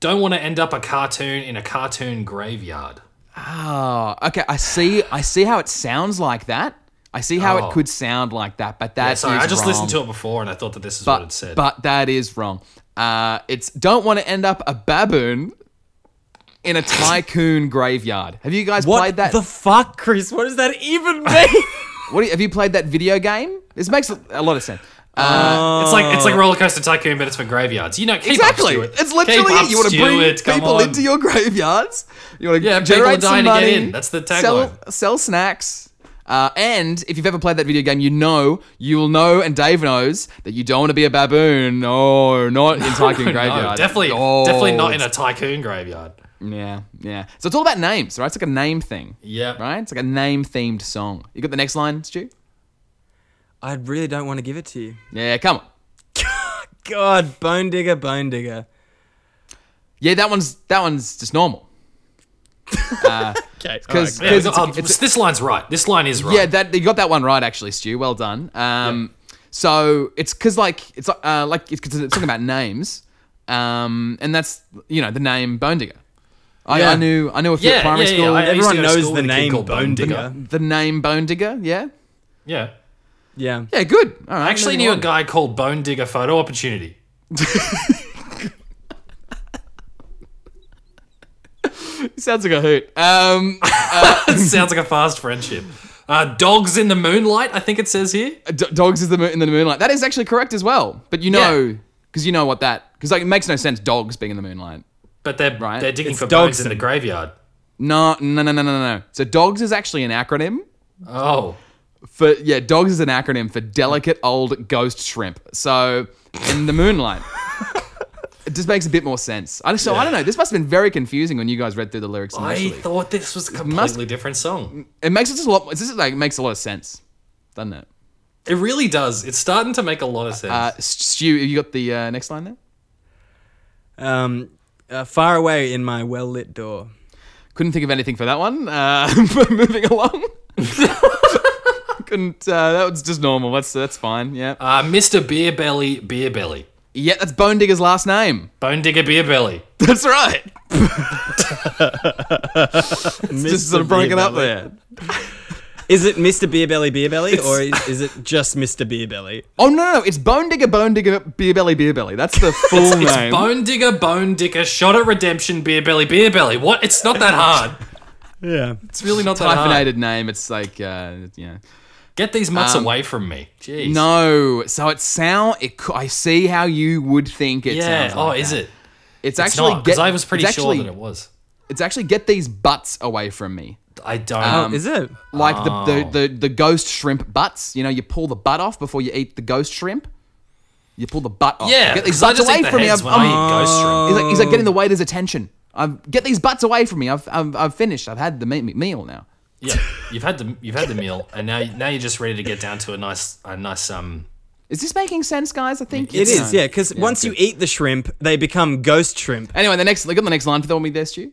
[SPEAKER 2] Don't want to end up a cartoon in a cartoon graveyard.
[SPEAKER 3] Oh, okay. I see. I see how it sounds like that. I see how
[SPEAKER 2] Oh.
[SPEAKER 3] it could sound like that, but that is
[SPEAKER 2] Sorry, I just
[SPEAKER 3] wrong.
[SPEAKER 2] listened to it before, and I thought that this is what it said.
[SPEAKER 3] But that is wrong. Uh, it's don't want to end up a baboon in a tycoon graveyard. Have you guys
[SPEAKER 1] What
[SPEAKER 3] played that?
[SPEAKER 1] the fuck, Chris? What does that even mean?
[SPEAKER 3] what do you, have you played that video game? This makes a lot of sense. Uh,
[SPEAKER 2] it's like it's like roller coaster tycoon, but it's for graveyards. You know, keep
[SPEAKER 3] exactly.
[SPEAKER 2] Up, Stuart.
[SPEAKER 3] It's literally
[SPEAKER 2] keep up,
[SPEAKER 3] it. You want to bring
[SPEAKER 2] Stuart, come
[SPEAKER 3] people
[SPEAKER 2] on.
[SPEAKER 3] into your graveyards. You want to
[SPEAKER 2] Yeah, people are
[SPEAKER 3] generate
[SPEAKER 2] dying
[SPEAKER 3] some
[SPEAKER 2] to get
[SPEAKER 3] money.
[SPEAKER 2] in. That's the
[SPEAKER 3] Sell, sell snacks. Uh, and if you've ever played that video game, you know, you'll know, and Dave knows that you don't want to be a baboon. No, not in Tycoon Graveyard.
[SPEAKER 2] No, definitely,
[SPEAKER 3] Oh,
[SPEAKER 2] definitely not in
[SPEAKER 3] it's-
[SPEAKER 2] a tycoon graveyard.
[SPEAKER 3] Yeah, yeah. So it's all about names, right? It's like a name thing.
[SPEAKER 2] Yeah.
[SPEAKER 3] Right? It's like a name themed song. You got the next line, Stu?
[SPEAKER 1] I really don't want to give it to you.
[SPEAKER 3] Yeah, come on.
[SPEAKER 1] God, bone digger, bone digger.
[SPEAKER 3] Yeah, that one's that one's just normal.
[SPEAKER 1] Okay,
[SPEAKER 3] Because
[SPEAKER 2] Yeah,
[SPEAKER 3] it's,
[SPEAKER 2] oh,
[SPEAKER 3] it's-
[SPEAKER 2] this line's right. This line is right.
[SPEAKER 3] yeah, that you got that one right actually, Stu. Well done. Um, so it's because like it's uh, like it's, 'cause it's talking about names, um, and that's you know the name Bone Digger. I,
[SPEAKER 1] Yeah.
[SPEAKER 3] I knew I knew a few
[SPEAKER 2] yeah,
[SPEAKER 3] at primary
[SPEAKER 2] yeah,
[SPEAKER 3] school.
[SPEAKER 2] yeah. I- I used to
[SPEAKER 1] everyone
[SPEAKER 2] go to
[SPEAKER 1] knows
[SPEAKER 2] school
[SPEAKER 1] the
[SPEAKER 2] with a kid
[SPEAKER 1] name
[SPEAKER 2] called
[SPEAKER 1] bone digger.
[SPEAKER 3] The name Bone Digger, yeah,
[SPEAKER 2] Yeah.
[SPEAKER 1] Yeah.
[SPEAKER 3] yeah, good. All right,
[SPEAKER 2] I actually
[SPEAKER 3] moving
[SPEAKER 2] knew a
[SPEAKER 3] on.
[SPEAKER 2] guy called Bone Digger Photo Opportunity.
[SPEAKER 3] Sounds like a hoot. Um,
[SPEAKER 2] Sounds like a fast friendship. Uh, dogs in the moonlight, I think it says here.
[SPEAKER 3] D- dogs is the moon in the moonlight. That is actually correct as well. But you know, because you know what that because like it makes no sense. Dogs being in the moonlight.
[SPEAKER 2] But they're
[SPEAKER 3] Right.
[SPEAKER 2] they're digging
[SPEAKER 1] It's
[SPEAKER 2] for
[SPEAKER 1] dogs
[SPEAKER 2] bones in the
[SPEAKER 1] and-
[SPEAKER 2] graveyard.
[SPEAKER 3] No, no, no, no, no, no. So dogs is actually an acronym.
[SPEAKER 2] Oh.
[SPEAKER 3] for yeah, dogs is an acronym for delicate old ghost shrimp. So in the moonlight. It just makes a bit more sense. I just, so I don't know. This must have been very confusing when you guys read through the lyrics
[SPEAKER 2] I
[SPEAKER 3] initially.
[SPEAKER 2] thought this was a completely different song.
[SPEAKER 3] it makes it just a lot. This is like makes a lot of sense, doesn't it?
[SPEAKER 2] It really does. It's starting to make a lot of sense.
[SPEAKER 3] Uh, Stu, have you got the uh, next line there?
[SPEAKER 1] Um, uh, far away in my well lit door.
[SPEAKER 3] Couldn't think of anything for that one. Uh, moving along. Couldn't. Uh, that was just normal. That's that's fine. Yeah.
[SPEAKER 2] Uh, Mr. Beer Belly, Beer Belly.
[SPEAKER 3] yeah. That's Bone Digger's last name.
[SPEAKER 2] Bone Digger Beer Belly.
[SPEAKER 3] That's right. Just
[SPEAKER 1] Mr.
[SPEAKER 3] sort of broken
[SPEAKER 1] Beer
[SPEAKER 3] up
[SPEAKER 1] Belly.
[SPEAKER 3] there.
[SPEAKER 1] Is it Mr. Beer Belly Beer Belly or is, is it just Mr. Beer Belly?
[SPEAKER 3] Oh no, no, no, it's Bone Digger, Bone Digger, Beer Belly, Beer Belly. That's the full name.
[SPEAKER 2] Bone Digger, Bone Digger, Shot at Redemption, Beer Belly, Beer Belly. What? It's not that hard.
[SPEAKER 1] Yeah.
[SPEAKER 2] It's really not that hard.
[SPEAKER 3] hyphenated name. It's like uh, yeah.
[SPEAKER 2] Get these mutts
[SPEAKER 3] Um,
[SPEAKER 2] away from me. Jeez.
[SPEAKER 3] No, so it sound. It, cou- I see how you would think it
[SPEAKER 2] Yeah.
[SPEAKER 3] sounds.
[SPEAKER 2] Oh,
[SPEAKER 3] like
[SPEAKER 2] is
[SPEAKER 3] that.
[SPEAKER 2] it? It's
[SPEAKER 3] It's actually
[SPEAKER 2] not. Because
[SPEAKER 3] get-
[SPEAKER 2] I was pretty
[SPEAKER 3] it's
[SPEAKER 2] sure
[SPEAKER 3] actually,
[SPEAKER 2] that it was.
[SPEAKER 3] It's actually get these butts away from me.
[SPEAKER 2] I don't.
[SPEAKER 3] Um,
[SPEAKER 1] oh, is it?
[SPEAKER 3] Like
[SPEAKER 2] Oh.
[SPEAKER 3] the, the, the, the ghost shrimp butts. You know, you pull the butt off before you eat the ghost shrimp. You pull the butt off.
[SPEAKER 2] yeah.
[SPEAKER 3] get these
[SPEAKER 2] Because I
[SPEAKER 3] butts
[SPEAKER 2] just
[SPEAKER 3] away
[SPEAKER 2] ate the
[SPEAKER 3] from me.
[SPEAKER 2] heads
[SPEAKER 3] I've,
[SPEAKER 2] when I
[SPEAKER 3] I'm, uh,
[SPEAKER 2] eat ghost shrimp.
[SPEAKER 3] he's like he's like getting the
[SPEAKER 1] Um,
[SPEAKER 3] waiter's attention. I've, get these butts away from me. I've, I've, I've finished. I've had the me- me- meal now.
[SPEAKER 2] Yeah. You've had the you've had the meal, and now now you're just ready to get down to a nice a nice um.
[SPEAKER 3] Is this making sense, guys? I think
[SPEAKER 1] It
[SPEAKER 3] it's-
[SPEAKER 1] is, yeah, because once you eat the shrimp, they become ghost shrimp.
[SPEAKER 3] Anyway, the next look at the next line for the me there, Stu.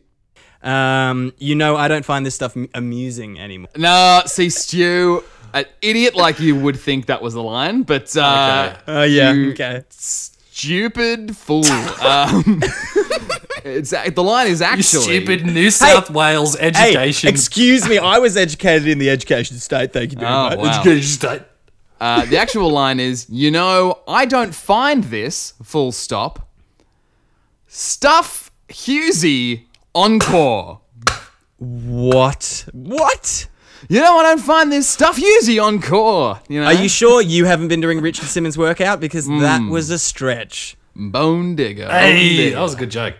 [SPEAKER 1] Um, you know, I don't find this stuff m- amusing anymore.
[SPEAKER 3] No, see, Stu, an idiot like you would think that was the line, but uh,
[SPEAKER 1] Oh, yeah.
[SPEAKER 3] You-
[SPEAKER 1] okay.
[SPEAKER 3] stupid fool. Um, it's the line is actually
[SPEAKER 2] Stupid New South Wales
[SPEAKER 1] Hey,
[SPEAKER 2] education.
[SPEAKER 1] excuse me, I was educated in the education state. Thank you very
[SPEAKER 3] Oh,
[SPEAKER 1] much.
[SPEAKER 3] wow.
[SPEAKER 2] education state.
[SPEAKER 3] Uh, the actual line is, you know, I don't find this full stop. Stuff Husey encore.
[SPEAKER 1] What? What?
[SPEAKER 3] You know, I don't find this stuff usually on core. You know,
[SPEAKER 1] Are you sure you haven't been doing Richard Simmons' workout? Because that was a stretch.
[SPEAKER 3] bone digger? bone
[SPEAKER 2] Hey,
[SPEAKER 3] digger.
[SPEAKER 2] that was a good joke.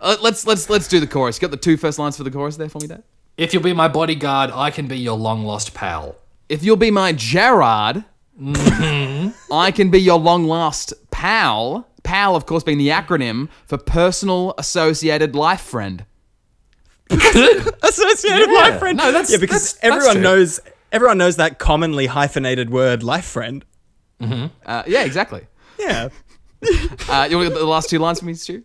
[SPEAKER 3] Uh, let's let's let's do the chorus. You got the two first lines for the chorus there for me, Dad.
[SPEAKER 2] If you'll be my bodyguard, I can be your long lost pal.
[SPEAKER 3] If you'll be my Gerard,
[SPEAKER 2] Mm-hmm.
[SPEAKER 3] I can be your long lost pal. Pal, of course, being the acronym for personal associated life friend.
[SPEAKER 1] Associated life friend.
[SPEAKER 2] No, that's-
[SPEAKER 1] yeah,
[SPEAKER 2] that's-
[SPEAKER 1] because
[SPEAKER 2] that's
[SPEAKER 1] everyone
[SPEAKER 2] true.
[SPEAKER 1] knows everyone knows that commonly hyphenated word life friend.
[SPEAKER 3] Uh, yeah, exactly.
[SPEAKER 1] Yeah.
[SPEAKER 3] Uh, you want the last two lines for me, Stu?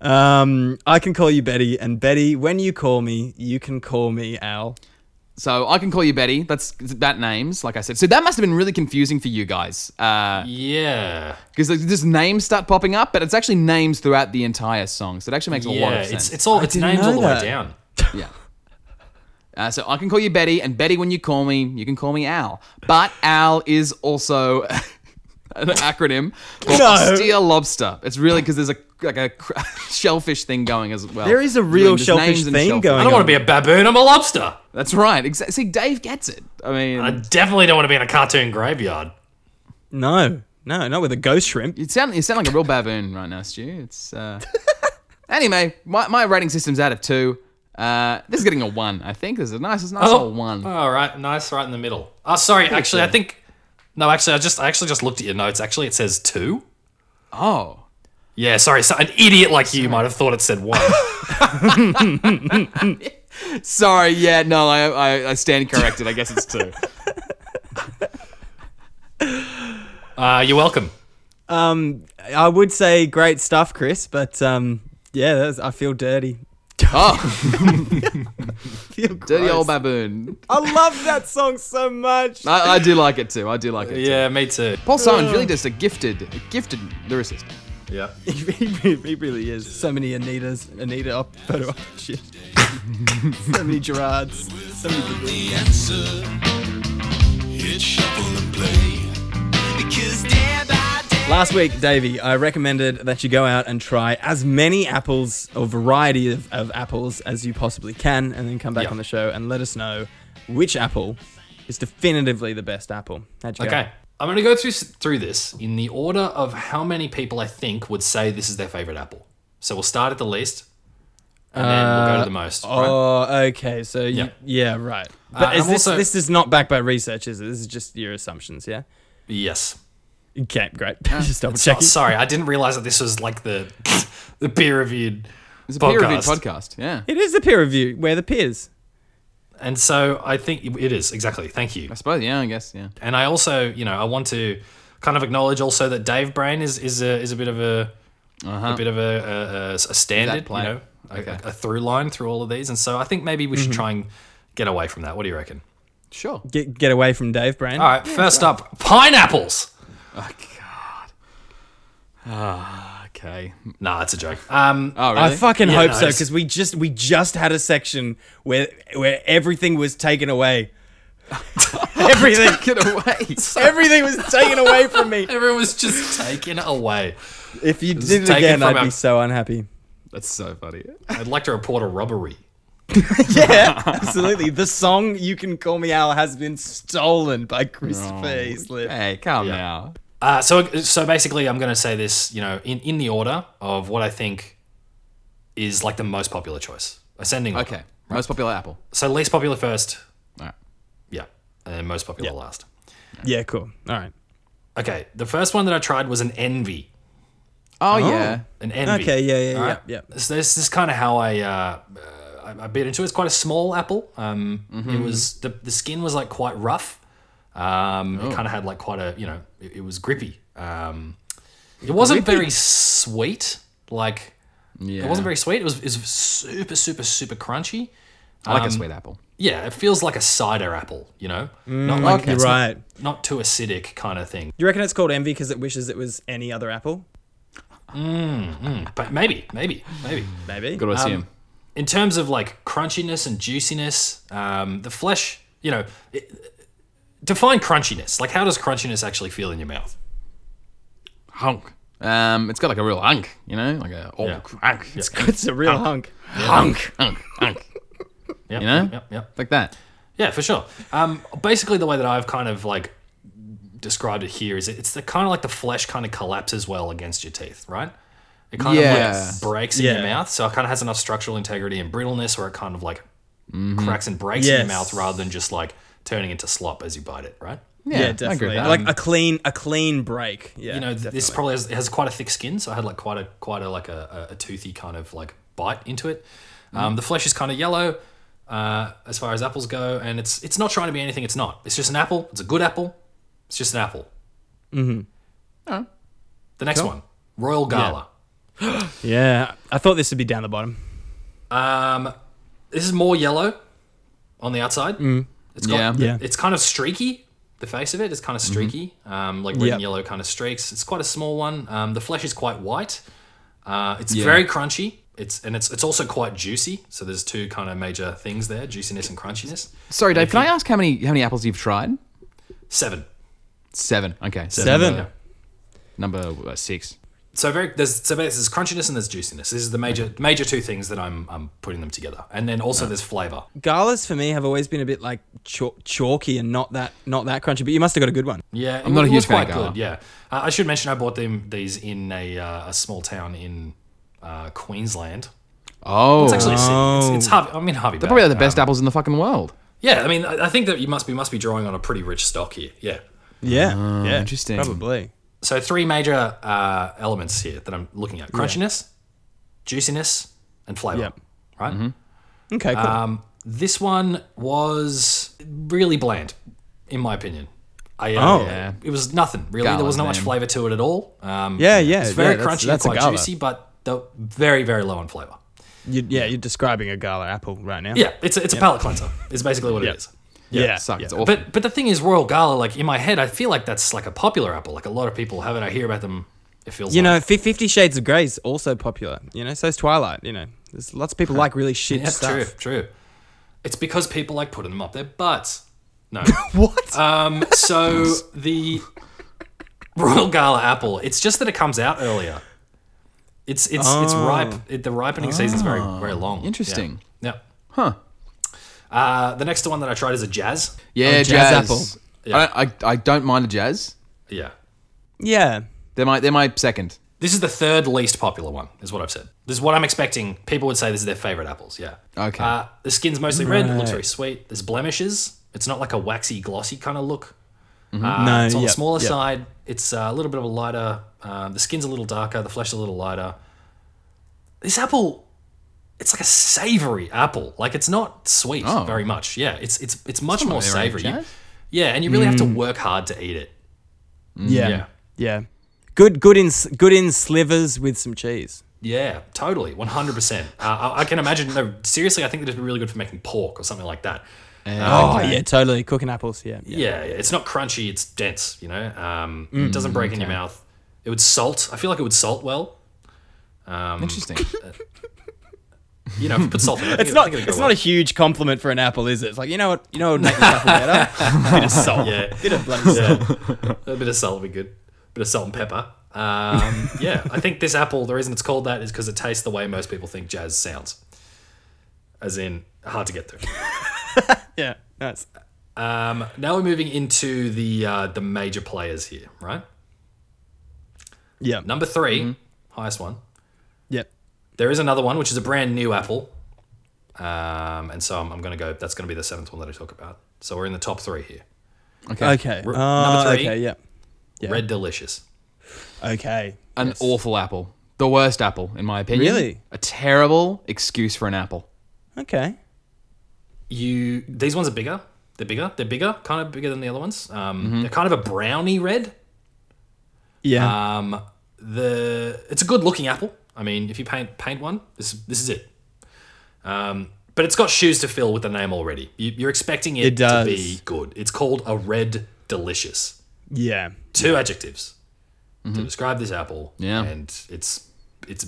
[SPEAKER 1] Um, I can call you Betty, and Betty, when you call me, you can call me Al.
[SPEAKER 3] So I can call you Betty. That's that names, like I said. So that must have been really confusing for you guys, because
[SPEAKER 2] Yeah.
[SPEAKER 3] just names start popping up, but it's actually names throughout the entire song. So it actually makes a lot
[SPEAKER 2] Yeah,
[SPEAKER 3] of sense.
[SPEAKER 2] it's it's all it's
[SPEAKER 1] didn't
[SPEAKER 2] named
[SPEAKER 1] know
[SPEAKER 2] all the
[SPEAKER 1] that.
[SPEAKER 2] way down.
[SPEAKER 3] yeah. Uh, so I can call you Betty, and Betty, when you call me, you can call me Al. But Al is also an acronym for
[SPEAKER 1] No.
[SPEAKER 3] austere lobster. It's really because there's a like a cr- shellfish thing going as well.
[SPEAKER 1] There is a
[SPEAKER 3] Really,
[SPEAKER 1] real
[SPEAKER 3] there's
[SPEAKER 1] shellfish
[SPEAKER 3] names and
[SPEAKER 1] theme
[SPEAKER 3] shellfish.
[SPEAKER 1] going
[SPEAKER 2] I don't want to be a baboon. I'm a lobster.
[SPEAKER 3] That's right. Exactly. See, Dave gets it. I mean,
[SPEAKER 2] I definitely don't want to be in a cartoon graveyard.
[SPEAKER 1] No, no, not with a ghost shrimp.
[SPEAKER 3] You sound you sound like a real baboon right now, Stu. It's uh... anyway, my, my rating system's out of two. Uh, this is getting a one, I think. This is a nice, it's a nice old one.
[SPEAKER 2] Oh, All right, nice, right in the middle. Oh, sorry. Actually, I think no. Actually, I just I actually just looked at your notes. Actually, it says two.
[SPEAKER 3] Oh,
[SPEAKER 2] Yeah, sorry. So an idiot like you might have thought it said one.
[SPEAKER 3] sorry. Yeah, no, I I, I stand corrected. I guess it's two.
[SPEAKER 2] uh, you're welcome.
[SPEAKER 1] Um, I would say great stuff, Chris, but um, yeah, that was, I feel dirty.
[SPEAKER 3] Oh,
[SPEAKER 1] Feel
[SPEAKER 3] dirty
[SPEAKER 1] gross.
[SPEAKER 3] old baboon.
[SPEAKER 1] I love that song so much.
[SPEAKER 3] I, I do like it too. I do like it. Too.
[SPEAKER 2] Yeah, me too.
[SPEAKER 3] Paul Simon's really just a gifted, a gifted lyricist.
[SPEAKER 2] Yeah.
[SPEAKER 1] he, re- he really is. So many Anitas, Anita op- photo op shit. so many Gerards. So many good ones.
[SPEAKER 4] the answer. Hit shuffle and play. Because day by day.
[SPEAKER 1] Last week, Davey, I recommended that you go out and try as many apples or variety of, of apples as you possibly can, and then come back
[SPEAKER 2] Yeah.
[SPEAKER 1] on the show and let us know which apple is definitively the best apple. How'd you go?
[SPEAKER 2] Okay. I'm going to go through through this in the order of how many people I think would say this is their favorite apple. So we'll start at the least, and then we'll go to the most. right?
[SPEAKER 1] Oh, okay. So you,
[SPEAKER 2] Yeah.
[SPEAKER 1] yeah.
[SPEAKER 2] Uh,
[SPEAKER 1] right. But
[SPEAKER 2] and
[SPEAKER 1] is
[SPEAKER 2] I'm
[SPEAKER 1] this
[SPEAKER 2] also-
[SPEAKER 1] this is not backed by research, is it? This is just your assumptions, yeah. Yes. Okay, great. just double
[SPEAKER 2] Oh,
[SPEAKER 1] checking.
[SPEAKER 2] sorry, I didn't realize that this was like the the peer reviewed
[SPEAKER 3] It's a
[SPEAKER 2] podcast.
[SPEAKER 3] peer-reviewed podcast. Yeah,
[SPEAKER 1] It is the peer review. We're the peers.
[SPEAKER 2] And so I think it is exactly. Thank you.
[SPEAKER 3] I suppose. Yeah, I guess. Yeah.
[SPEAKER 2] And I also, you know, I want to kind of acknowledge also that Dave Brain is is a is a bit of a a bit of a, a, a, a standard, you
[SPEAKER 3] Uh-huh. player.
[SPEAKER 2] know, a,
[SPEAKER 3] Okay. Mm-hmm.
[SPEAKER 2] a through line through all of these. And so I think maybe we should try and get away from that. What do you reckon?
[SPEAKER 3] Sure.
[SPEAKER 1] Get get away from Dave Brand.
[SPEAKER 2] All right, first up, pineapples.
[SPEAKER 3] Okay.
[SPEAKER 2] Nah, it's a joke. Um,
[SPEAKER 3] Oh, really?
[SPEAKER 1] I fucking
[SPEAKER 2] Yeah,
[SPEAKER 1] hope
[SPEAKER 2] no,
[SPEAKER 1] so
[SPEAKER 2] it's-
[SPEAKER 1] because we just we just had a section where where everything was taken away. everything
[SPEAKER 3] Get away.
[SPEAKER 1] everything was taken away from me.
[SPEAKER 2] everyone was just taken away.
[SPEAKER 1] If you did it
[SPEAKER 2] taken
[SPEAKER 1] again,
[SPEAKER 2] from
[SPEAKER 1] I'd
[SPEAKER 2] our-
[SPEAKER 1] be so unhappy.
[SPEAKER 3] That's so funny.
[SPEAKER 2] I'd like to report a robbery.
[SPEAKER 1] Yeah, absolutely. The song "You Can Call Me Al" has been stolen by
[SPEAKER 2] Oh,
[SPEAKER 1] Christopher Eastland.
[SPEAKER 3] Oh, Hey, calm
[SPEAKER 2] Yeah.
[SPEAKER 3] now.
[SPEAKER 2] Uh, so, so basically, I'm going to say this, you know, in, in the order of what I think is like the most popular choice, ascending. order.
[SPEAKER 3] Okay. Most popular apple.
[SPEAKER 2] So least popular first,
[SPEAKER 3] All right.
[SPEAKER 2] yeah, and then most popular last.
[SPEAKER 1] Yeah, cool. All right.
[SPEAKER 2] Okay, the first one that I tried was an envy.
[SPEAKER 3] Oh, yeah.
[SPEAKER 2] An envy.
[SPEAKER 1] Okay, yeah, yeah,
[SPEAKER 2] Alright?
[SPEAKER 1] yeah, yeah.
[SPEAKER 2] So this is kind of how I, uh, uh, I I bit into it. It's quite a small apple. Um,
[SPEAKER 1] Mm-hmm,
[SPEAKER 2] It was the the skin was like quite rough. Um,
[SPEAKER 1] Oh.
[SPEAKER 2] It kind of had like quite a you know it, it was grippy. Um, it wasn't very sweet. Like
[SPEAKER 3] Yeah.
[SPEAKER 2] it wasn't very sweet. It was, it was super super super crunchy.
[SPEAKER 3] I like a sweet apple.
[SPEAKER 2] Yeah, it feels like a cider apple. You know, not like
[SPEAKER 3] okay.
[SPEAKER 2] it's not-
[SPEAKER 1] Mm, Right.
[SPEAKER 2] not too acidic kind of thing.
[SPEAKER 1] You reckon it's called envy because it wishes it was any other apple?
[SPEAKER 2] But maybe, maybe, maybe.
[SPEAKER 1] Maybe.
[SPEAKER 3] Good to assume.
[SPEAKER 2] In terms of like crunchiness and juiciness, um, the flesh, you know, it, define crunchiness. Like, how does crunchiness actually feel in your mouth?
[SPEAKER 3] Honk. Um, it's got like a real hunk, you know, like a oh, hunk. It's
[SPEAKER 1] It's a real hunk.
[SPEAKER 3] hunk, hunk, hunk,
[SPEAKER 2] Yep,
[SPEAKER 3] You know?
[SPEAKER 2] Yep, yep.
[SPEAKER 3] like that.
[SPEAKER 2] Yeah, for sure. Um, basically, the way that I've kind of like described it here is it- it's the kind of like the flesh kind of collapses well against your teeth, right? It kind
[SPEAKER 3] Yeah.
[SPEAKER 2] of like breaks in
[SPEAKER 1] Yeah.
[SPEAKER 2] your mouth, so it kind of has enough structural integrity and brittleness where it kind of like
[SPEAKER 3] Mm-hmm.
[SPEAKER 2] cracks and breaks in
[SPEAKER 1] Yes.
[SPEAKER 2] your mouth rather than just like turning into slop as you bite it, right?
[SPEAKER 1] Yeah,
[SPEAKER 3] I agree
[SPEAKER 1] definitely.
[SPEAKER 3] with that.
[SPEAKER 1] Like a clean, a clean break. Yeah,
[SPEAKER 2] you know, th- this probably has, it has quite a thick skin, so I had like quite a quite a like a, a a toothy kind of like bite into it. Um, the flesh is kind of yellow uh, as far as apples go, and it's it's not trying to be anything. It's not. It's just an apple. It's a good apple. It's just an apple. Mm-hmm. The next one, Royal Gala.
[SPEAKER 1] yeah. I thought this would be down the bottom.
[SPEAKER 2] Um, this is more yellow on the outside. It's got,
[SPEAKER 3] Yeah.
[SPEAKER 1] Mm.
[SPEAKER 3] Mm-hmm.
[SPEAKER 1] Yeah.
[SPEAKER 2] It's kind of streaky. The face of it is kind of streaky, um, like red
[SPEAKER 1] Yep.
[SPEAKER 2] and yellow kind of streaks. It's quite a small one. Um, the flesh is quite white. Uh, it's
[SPEAKER 3] Yeah.
[SPEAKER 2] very crunchy. It's and it's it's also quite juicy. So there's two kind of major things there: juiciness and crunchiness.
[SPEAKER 3] Sorry, Dave. Can I ask how many how many apples you've tried?
[SPEAKER 2] Seven.
[SPEAKER 3] Seven. Okay. Seven.
[SPEAKER 1] Seven.
[SPEAKER 2] Yeah.
[SPEAKER 3] Number uh, six.
[SPEAKER 2] So very there's so there's crunchiness and there's juiciness. This is the major major two things that I'm I'm putting them together. And then also there's flavor.
[SPEAKER 1] Galas for me have always been a bit like chalk, chalky and not that not that crunchy. But you must have got a good one.
[SPEAKER 2] Yeah,
[SPEAKER 3] I'm not a
[SPEAKER 2] it
[SPEAKER 3] huge
[SPEAKER 2] was
[SPEAKER 3] fan of
[SPEAKER 2] quite
[SPEAKER 3] Gala.
[SPEAKER 2] good. Yeah, uh, I should mention I bought them these in a, uh, a small town in uh, Queensland.
[SPEAKER 3] Oh,
[SPEAKER 2] It's actually
[SPEAKER 1] Oh.
[SPEAKER 2] it's, it's Harvey. I mean Harvey. They're
[SPEAKER 3] probably the best apples in the fucking world.
[SPEAKER 2] yeah, I mean I, I think that you must be must be drawing on a pretty rich stock here. Yeah.
[SPEAKER 1] Yeah, yeah,
[SPEAKER 3] interesting.
[SPEAKER 1] Probably.
[SPEAKER 2] So three major uh, elements here that I'm looking at: crunchiness, juiciness, and flavor.
[SPEAKER 1] Yep.
[SPEAKER 2] Right.
[SPEAKER 3] Mm-hmm.
[SPEAKER 1] Okay, cool.
[SPEAKER 2] Um, this one was really bland, in my opinion. I, uh,
[SPEAKER 1] Oh.
[SPEAKER 3] Yeah.
[SPEAKER 2] it was nothing really.
[SPEAKER 3] Gala,
[SPEAKER 2] there wasn't much
[SPEAKER 3] man.
[SPEAKER 2] flavor to it at all. Um,
[SPEAKER 1] Yeah, yeah,
[SPEAKER 2] It's very
[SPEAKER 1] yeah, that's-
[SPEAKER 2] crunchy,
[SPEAKER 1] that's a
[SPEAKER 2] and quite
[SPEAKER 1] gala.
[SPEAKER 2] juicy, but the very, very low on flavor.
[SPEAKER 1] you, yeah, you're describing a gala apple right now.
[SPEAKER 2] Yeah, it's a, it's a palate cleanser. Is basically what it is.
[SPEAKER 1] yeah,
[SPEAKER 3] It sucks. It's
[SPEAKER 1] yeah.
[SPEAKER 3] awful.
[SPEAKER 2] But but the thing is, Royal Gala, like in my head, I feel like that's like a popular apple. Like a lot of people have it. I hear about them. It feels
[SPEAKER 1] You
[SPEAKER 2] like.
[SPEAKER 1] know, Fif- Fifty Shades of Grey is also popular. You know, so's Twilight. You know, there's lots of people like really shit
[SPEAKER 2] That's
[SPEAKER 1] stuff.
[SPEAKER 2] true, true. It's because people like putting them up their butts. No.
[SPEAKER 1] What?
[SPEAKER 2] um, so the Royal Gala apple, it's just that it comes out earlier. It's it's it's ripe. It, the ripening season's very very long. Yeah.
[SPEAKER 3] Oh. Ah. Interesting.
[SPEAKER 2] Yeah.
[SPEAKER 3] Huh.
[SPEAKER 2] Uh, the next one that I tried is a jazz.
[SPEAKER 3] Yeah,
[SPEAKER 1] Oh,
[SPEAKER 3] jazz.
[SPEAKER 1] jazz
[SPEAKER 3] apple.
[SPEAKER 1] apple.
[SPEAKER 3] I, don't, I I don't mind a jazz.
[SPEAKER 2] Yeah.
[SPEAKER 1] yeah,
[SPEAKER 3] They're my they're my second.
[SPEAKER 2] This is the third least popular one, is what I've said. This is what I'm expecting. People would say this is their favorite apples. Yeah.
[SPEAKER 3] Okay.
[SPEAKER 2] Uh, the skin's mostly red. It looks very sweet. There's blemishes. It's not like a waxy, glossy kind of look. Uh,
[SPEAKER 1] No,
[SPEAKER 2] it's on
[SPEAKER 1] yep,
[SPEAKER 2] the smaller
[SPEAKER 1] yep.
[SPEAKER 2] side. It's uh, a little bit of a lighter. Uh, the skin's a little darker. The flesh is a little lighter. This apple, it's like a savory apple. Like it's not sweet
[SPEAKER 3] Oh.
[SPEAKER 2] very much. Yeah, it's it's it's much more
[SPEAKER 3] my range,
[SPEAKER 2] savory. You-
[SPEAKER 3] Jazz.
[SPEAKER 2] yeah, and you really have to work hard to eat it.
[SPEAKER 1] yeah,
[SPEAKER 2] Yeah.
[SPEAKER 1] yeah, Good, good in s- good in slivers with some cheese.
[SPEAKER 2] Yeah, totally, one hundred percent. Uh, I I can imagine. No, seriously, I think that it'd be really good for making pork or something like that. Uh,
[SPEAKER 1] Oh yeah, totally. Cooking apples. Yeah, yeah.
[SPEAKER 2] Yeah, yeah, it's not crunchy; it's dense. You know, um, it
[SPEAKER 1] Mm,
[SPEAKER 2] doesn't break in your mouth. It would salt. I feel like it would salt well.
[SPEAKER 3] Interesting.
[SPEAKER 2] You know, if you put salt. In, it,
[SPEAKER 1] It's not. It's not a huge compliment for an apple, is it? It's like you know what. You know what would make this apple better? bit of salt.
[SPEAKER 2] Yeah.
[SPEAKER 1] Bit of bloody salt.
[SPEAKER 2] a bit of salt would be good. bit of salt and pepper. Um, yeah, I think this apple. The reason it's called that is because it tastes the way most people think jazz sounds, as in hard to get through.
[SPEAKER 1] Yeah. Nice.
[SPEAKER 2] Um, now we're moving into the uh, the major players here, right?
[SPEAKER 1] Yeah.
[SPEAKER 2] Number 3
[SPEAKER 1] Mm-hmm.
[SPEAKER 2] highest one.
[SPEAKER 1] Yep.
[SPEAKER 2] There is another one, which is a brand new Apple. Um, and so I'm, I'm going to go, that's going to be the seventh one that I talk about. So we're in the top three here.
[SPEAKER 3] Okay.
[SPEAKER 1] Okay.
[SPEAKER 2] R-
[SPEAKER 1] Ah,
[SPEAKER 2] number three.
[SPEAKER 1] Okay. Yeah. Yeah.
[SPEAKER 2] Red Delicious.
[SPEAKER 1] Okay.
[SPEAKER 3] An awful apple. The worst apple, in my opinion.
[SPEAKER 1] Really?
[SPEAKER 3] A terrible excuse for an apple.
[SPEAKER 1] Okay.
[SPEAKER 2] You These ones are bigger. They're bigger. They're bigger, kind of bigger than the other ones. Um,
[SPEAKER 1] Mm-hmm.
[SPEAKER 2] They're kind of a browny red.
[SPEAKER 1] Yeah.
[SPEAKER 2] Um, the It's a good looking apple. I mean, if you paint paint one, this, this is it. Um, but it's got shoes to fill with the name already. You, you're expecting it,
[SPEAKER 1] It
[SPEAKER 2] to
[SPEAKER 1] does.
[SPEAKER 2] be good. It's called a Red Delicious.
[SPEAKER 1] yeah.
[SPEAKER 2] two adjectives
[SPEAKER 1] Mm-hmm.
[SPEAKER 2] to describe this apple.
[SPEAKER 3] Yeah.
[SPEAKER 2] And it's it's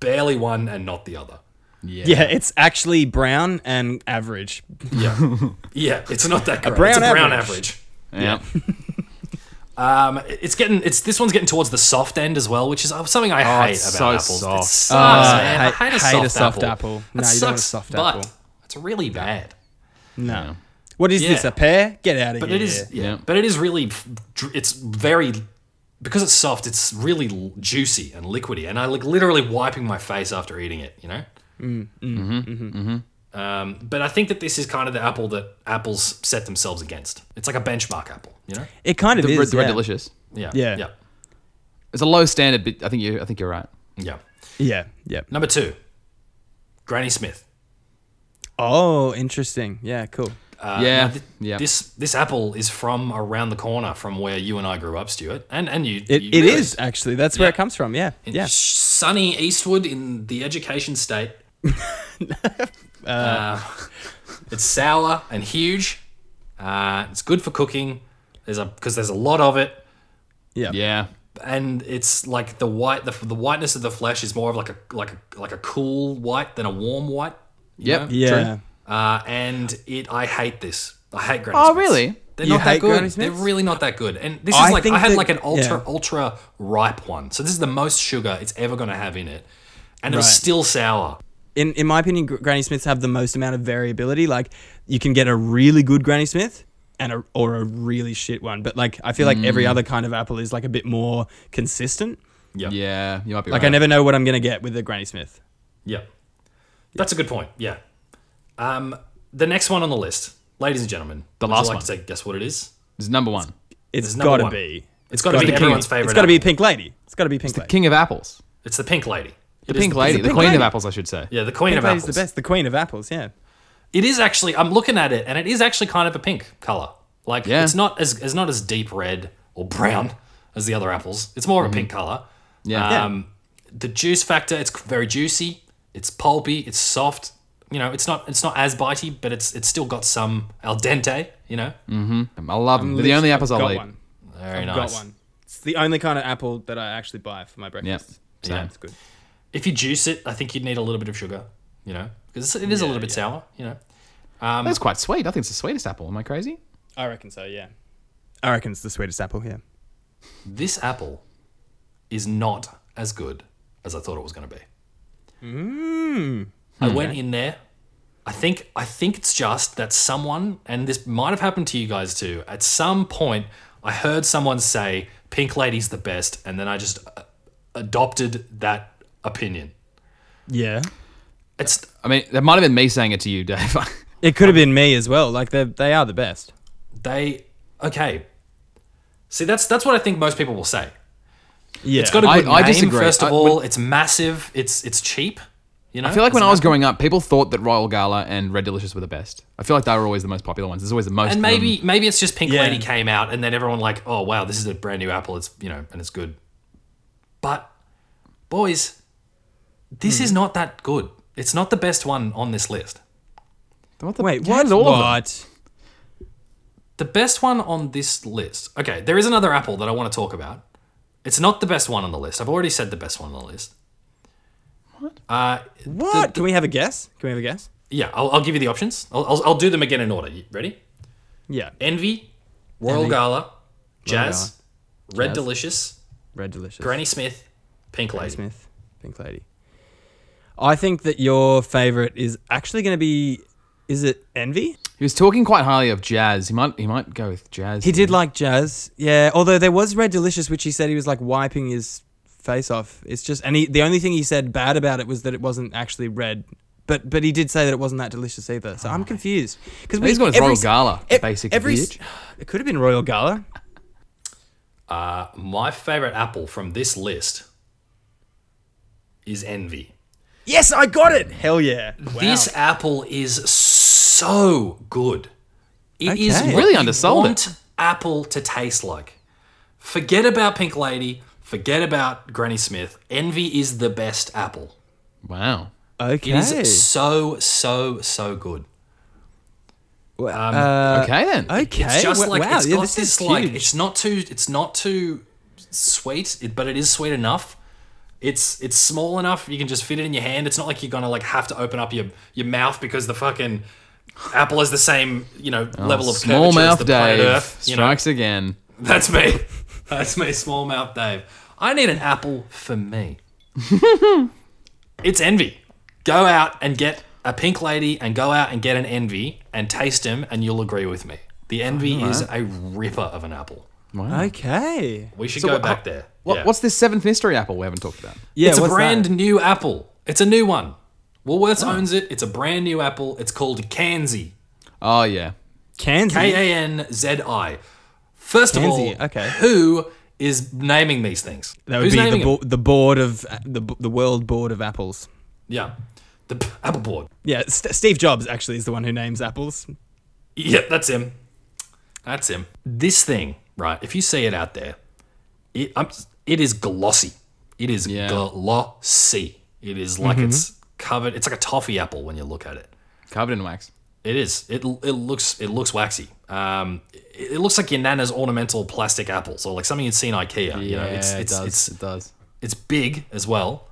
[SPEAKER 2] barely one and not the other.
[SPEAKER 1] Yeah. It's actually brown and average.
[SPEAKER 2] Yeah. yeah. It's not that great.
[SPEAKER 1] brown
[SPEAKER 2] it's a brown
[SPEAKER 1] average.
[SPEAKER 2] average.
[SPEAKER 3] Yeah.
[SPEAKER 2] Um, it's getting it's this one's getting towards the soft end as well, which is uh, something I hate
[SPEAKER 3] it's so
[SPEAKER 2] about apples.
[SPEAKER 3] soft.
[SPEAKER 2] It sucks,
[SPEAKER 1] Oh, I
[SPEAKER 2] man. I hate,
[SPEAKER 1] hate-
[SPEAKER 2] a
[SPEAKER 1] hate
[SPEAKER 2] soft,
[SPEAKER 1] a soft
[SPEAKER 2] apple.
[SPEAKER 1] apple.
[SPEAKER 2] That
[SPEAKER 1] No, you
[SPEAKER 2] sucks,
[SPEAKER 1] don't want a soft
[SPEAKER 2] but
[SPEAKER 1] apple.
[SPEAKER 2] It's really bad.
[SPEAKER 1] No. What is this?
[SPEAKER 2] Yeah.
[SPEAKER 1] A pear? Get out of
[SPEAKER 2] But
[SPEAKER 1] here.
[SPEAKER 2] it is yeah,
[SPEAKER 3] Yeah.
[SPEAKER 2] But it is really f- dr- it's very because it's soft. It's really l- juicy and liquidy, and I like literally wiping my face after eating it. You know. Mm, mm, mm-hmm. Um, but I think that this is kind of the apple that apples set themselves against. It's like a benchmark apple. You know.
[SPEAKER 1] It kind of
[SPEAKER 3] The,
[SPEAKER 1] is.
[SPEAKER 3] red, the red
[SPEAKER 1] yeah.
[SPEAKER 3] delicious.
[SPEAKER 2] Yeah.
[SPEAKER 1] Yeah.
[SPEAKER 2] Yeah.
[SPEAKER 3] It's a low standard, but I think you I think you're right.
[SPEAKER 2] Yeah.
[SPEAKER 1] Yeah. Yeah.
[SPEAKER 2] Number two, Granny Smith.
[SPEAKER 1] Oh, interesting. Yeah. Cool.
[SPEAKER 3] yeah,
[SPEAKER 2] now thi-
[SPEAKER 3] Uh, yeah.
[SPEAKER 2] This this apple is from around the corner from where you and I grew up, Stuart, and and you.
[SPEAKER 1] It,
[SPEAKER 2] you
[SPEAKER 1] it
[SPEAKER 2] really-
[SPEAKER 1] is actually. That's where it comes from. Yeah.
[SPEAKER 2] in
[SPEAKER 1] Yeah.
[SPEAKER 2] sunny Eastwood in the education state. Uh, it's sour and huge. Uh, it's good for cooking. There's a because there's a lot of it,
[SPEAKER 1] Yeah.
[SPEAKER 3] yeah,
[SPEAKER 2] and it's like the white the, the whiteness of the flesh is more of like a like a like a cool white than a warm white. you
[SPEAKER 3] Yep.
[SPEAKER 2] know?
[SPEAKER 1] Yeah.
[SPEAKER 2] Uh, and it, I hate this. I hate Granny
[SPEAKER 3] Oh,
[SPEAKER 2] Smiths.
[SPEAKER 3] really?
[SPEAKER 2] They're
[SPEAKER 1] You
[SPEAKER 2] not
[SPEAKER 1] hate
[SPEAKER 2] that good.
[SPEAKER 1] Granny
[SPEAKER 2] They're
[SPEAKER 1] Smiths?
[SPEAKER 2] really not that good. And this is
[SPEAKER 1] I
[SPEAKER 2] like
[SPEAKER 1] think
[SPEAKER 2] I had
[SPEAKER 1] that-
[SPEAKER 2] like an ultra
[SPEAKER 1] yeah.
[SPEAKER 2] ultra ripe one. So this is the most sugar it's ever going to have in it, and it was
[SPEAKER 1] Right.
[SPEAKER 2] still sour.
[SPEAKER 1] in in my opinion, gr- Granny Smiths have the most amount of variability. Like you can get a really good Granny Smith and a or a really shit one, but like I feel like
[SPEAKER 3] Mm.
[SPEAKER 1] every other kind of apple is like a bit more consistent.
[SPEAKER 3] yeah. You might be
[SPEAKER 1] Like
[SPEAKER 3] right.
[SPEAKER 1] I never know what I'm gonna get with a Granny Smith.
[SPEAKER 2] Yeah, that's a good point. Yeah. Um, the next one on the list, ladies and gentlemen, the
[SPEAKER 3] last
[SPEAKER 2] like
[SPEAKER 3] one.
[SPEAKER 2] To say, guess what it is?
[SPEAKER 3] It's number one.
[SPEAKER 1] It's
[SPEAKER 2] number
[SPEAKER 1] got to
[SPEAKER 2] one.
[SPEAKER 1] be.
[SPEAKER 2] It's got to be
[SPEAKER 1] Pink-
[SPEAKER 2] everyone's favorite.
[SPEAKER 1] It's got to be
[SPEAKER 2] apple.
[SPEAKER 1] Pink Lady. It's got to be Pink Lady.
[SPEAKER 3] King of apples.
[SPEAKER 2] It's the pink lady.
[SPEAKER 3] The pink lady, the,
[SPEAKER 1] pink
[SPEAKER 3] queen of
[SPEAKER 1] lady.
[SPEAKER 3] apples, I should say.
[SPEAKER 2] Yeah, the queen
[SPEAKER 1] Pink
[SPEAKER 2] of
[SPEAKER 1] Lady's
[SPEAKER 2] apples.
[SPEAKER 1] the best. The Queen of apples. Yeah.
[SPEAKER 2] It is actually. I'm looking at it, and it is actually kind of a pink color. Like
[SPEAKER 3] Yeah.
[SPEAKER 2] it's not as it's not as deep red or brown as the other apples. It's more of a pink color.
[SPEAKER 3] Yeah. Mm-hmm. Yeah.
[SPEAKER 2] Um, The juice factor. It's very juicy. It's pulpy. It's soft. You know, it's not it's not as bitey, but it's it's still got some al dente. You know,
[SPEAKER 3] Mm. I love them. They're the only apples I'll
[SPEAKER 1] got
[SPEAKER 3] eat.
[SPEAKER 1] one.
[SPEAKER 2] very
[SPEAKER 1] Got
[SPEAKER 2] nice.
[SPEAKER 1] one. It's the only kind of apple that I actually buy for my
[SPEAKER 3] Yep.
[SPEAKER 1] breakfast.
[SPEAKER 3] Same.
[SPEAKER 1] That's good.
[SPEAKER 2] If you juice it, I think you'd need a little bit of sugar. You know, because it is a little bit sour. You know.
[SPEAKER 3] That's quite sweet. I think it's the sweetest apple. Am I crazy?
[SPEAKER 1] I reckon so. Yeah. I reckon it's the sweetest apple. Yeah.
[SPEAKER 2] this apple is not as good as I thought it was going to be.
[SPEAKER 3] Hmm.
[SPEAKER 2] I went in there. I think I think it's just that someone, and this might have happened to you guys too. At some point, I heard someone say "Pink Lady's the best," and then I just uh, adopted that opinion.
[SPEAKER 1] Yeah.
[SPEAKER 2] It's
[SPEAKER 3] I mean, that might have been me saying it to you, Dave.
[SPEAKER 1] It could have been me as well. Like they they are the best.
[SPEAKER 2] they okay. See, that's that's what I think most people will say.
[SPEAKER 1] Yeah.
[SPEAKER 2] It's got a
[SPEAKER 3] I-
[SPEAKER 2] good
[SPEAKER 3] I
[SPEAKER 2] name,
[SPEAKER 3] disagree.
[SPEAKER 2] first of
[SPEAKER 3] I-
[SPEAKER 2] all. it's massive. It's it's cheap. You know,
[SPEAKER 3] I feel like when I was growing up, people thought that Royal Gala and Red Delicious were the best. I feel like they were always the most popular ones. There's always the most.
[SPEAKER 2] and
[SPEAKER 3] of them.
[SPEAKER 2] maybe maybe it's just Pink
[SPEAKER 1] Yeah.
[SPEAKER 2] Lady came out, and then everyone like, oh wow, this is a brand new apple. It's you know, and it's good. But boys, this is not that good. It's not the best one on this list.
[SPEAKER 3] What the-
[SPEAKER 1] Wait,
[SPEAKER 3] you
[SPEAKER 1] what?
[SPEAKER 3] hated all of them.
[SPEAKER 1] what?
[SPEAKER 2] The best one on this list. Okay, there is another apple that I want to talk about. It's not the best one on the list. I've already said the best one on the list. What? Uh,
[SPEAKER 1] What? Can we have a guess? Can we have a guess?
[SPEAKER 2] yeah, I'll, I'll give you the options. I'll, I'll, I'll do them again in order. You ready?
[SPEAKER 1] Yeah.
[SPEAKER 2] Envy, Royal Gala, Jazz, Red
[SPEAKER 1] Jazz.
[SPEAKER 2] Delicious,
[SPEAKER 1] Red delicious.
[SPEAKER 2] Granny Smith, Pink Lady.
[SPEAKER 1] Smith, Pink Lady. I think that your favorite is actually going to be. Is it Envy?
[SPEAKER 3] He was talking quite highly of jazz. He might, he might go with jazz.
[SPEAKER 1] He did like jazz, yeah. Although there was Red Delicious, which he said he was like wiping his face off. It's just, and he, the only thing he said bad about it was that it wasn't actually red. But but he did say that it wasn't that delicious either.
[SPEAKER 2] Oh.
[SPEAKER 1] So I'm confused because
[SPEAKER 3] He's going with Royal Gala, the basic bitch.
[SPEAKER 1] It could have been Royal Gala.
[SPEAKER 2] My favorite apple from this list is Envy.
[SPEAKER 1] Yes, I got it. Hell yeah! Wow.
[SPEAKER 2] This apple is so good. It is
[SPEAKER 1] Okay.
[SPEAKER 2] what
[SPEAKER 3] Really
[SPEAKER 2] you
[SPEAKER 3] undersold
[SPEAKER 2] want apple to taste like. Forget about Pink Lady. Forget about Granny Smith. Envy is the best apple.
[SPEAKER 3] Wow.
[SPEAKER 1] Okay.
[SPEAKER 2] It is so so so good. Uh,
[SPEAKER 3] okay then.
[SPEAKER 1] okay.
[SPEAKER 2] um, It's just
[SPEAKER 1] wa-
[SPEAKER 2] like
[SPEAKER 1] wow.
[SPEAKER 2] it's
[SPEAKER 1] yeah,
[SPEAKER 2] got
[SPEAKER 1] this
[SPEAKER 2] this,
[SPEAKER 1] is huge.
[SPEAKER 2] like it's not too it's not too sweet, it- but it is sweet enough. It's it's small enough you can just fit it in your hand. It's not like you're gonna like have to open up your your mouth because the fucking apple has the same you know level of
[SPEAKER 3] Small
[SPEAKER 2] curvature as
[SPEAKER 3] mouth
[SPEAKER 2] the planet
[SPEAKER 3] Dave
[SPEAKER 2] Earth. You know
[SPEAKER 3] strikes again.
[SPEAKER 2] that's me. That's me, small mouth Dave. I need an apple for me. it's envy. Go out and get a pink lady and go out and get an envy and taste him and you'll agree with me. The envy is a ripper of an apple.
[SPEAKER 1] Okay.
[SPEAKER 2] We should
[SPEAKER 3] So
[SPEAKER 2] go
[SPEAKER 3] what-
[SPEAKER 2] back there.
[SPEAKER 3] What,
[SPEAKER 2] Yeah.
[SPEAKER 3] What's this seventh mystery apple we haven't talked about?
[SPEAKER 1] Yeah,
[SPEAKER 2] it's a
[SPEAKER 1] what's that?
[SPEAKER 2] brand new apple. It's a new one. Woolworths owns it. It's a brand new apple. It's called Kanzi.
[SPEAKER 3] Oh yeah,
[SPEAKER 1] Kanzi.
[SPEAKER 2] K A N Z I. First of
[SPEAKER 1] Kanzi,
[SPEAKER 2] all,
[SPEAKER 1] okay.
[SPEAKER 2] who is naming these things?
[SPEAKER 1] that would
[SPEAKER 2] Who's
[SPEAKER 1] be
[SPEAKER 2] naming
[SPEAKER 1] the,
[SPEAKER 2] them?
[SPEAKER 1] bo- the board of the, b- the world board of apples.
[SPEAKER 2] Yeah, the p- apple board.
[SPEAKER 1] Yeah, St- Steve Jobs actually is the one who names apples.
[SPEAKER 2] Yep, that's him. That's him. This thing, right? If you see it out there, it I'm, it is glossy. It is
[SPEAKER 3] Yeah. Mm-hmm.
[SPEAKER 2] glossy. It is like it's covered. It's like a toffee apple when you look at it.
[SPEAKER 3] covered in wax.
[SPEAKER 2] It is. It, it looks it looks waxy. Um, it, it looks like your nana's ornamental plastic apples, or like something you'd see in IKEA. you know, it's, it's, It's,
[SPEAKER 3] it does.
[SPEAKER 2] it's big as well.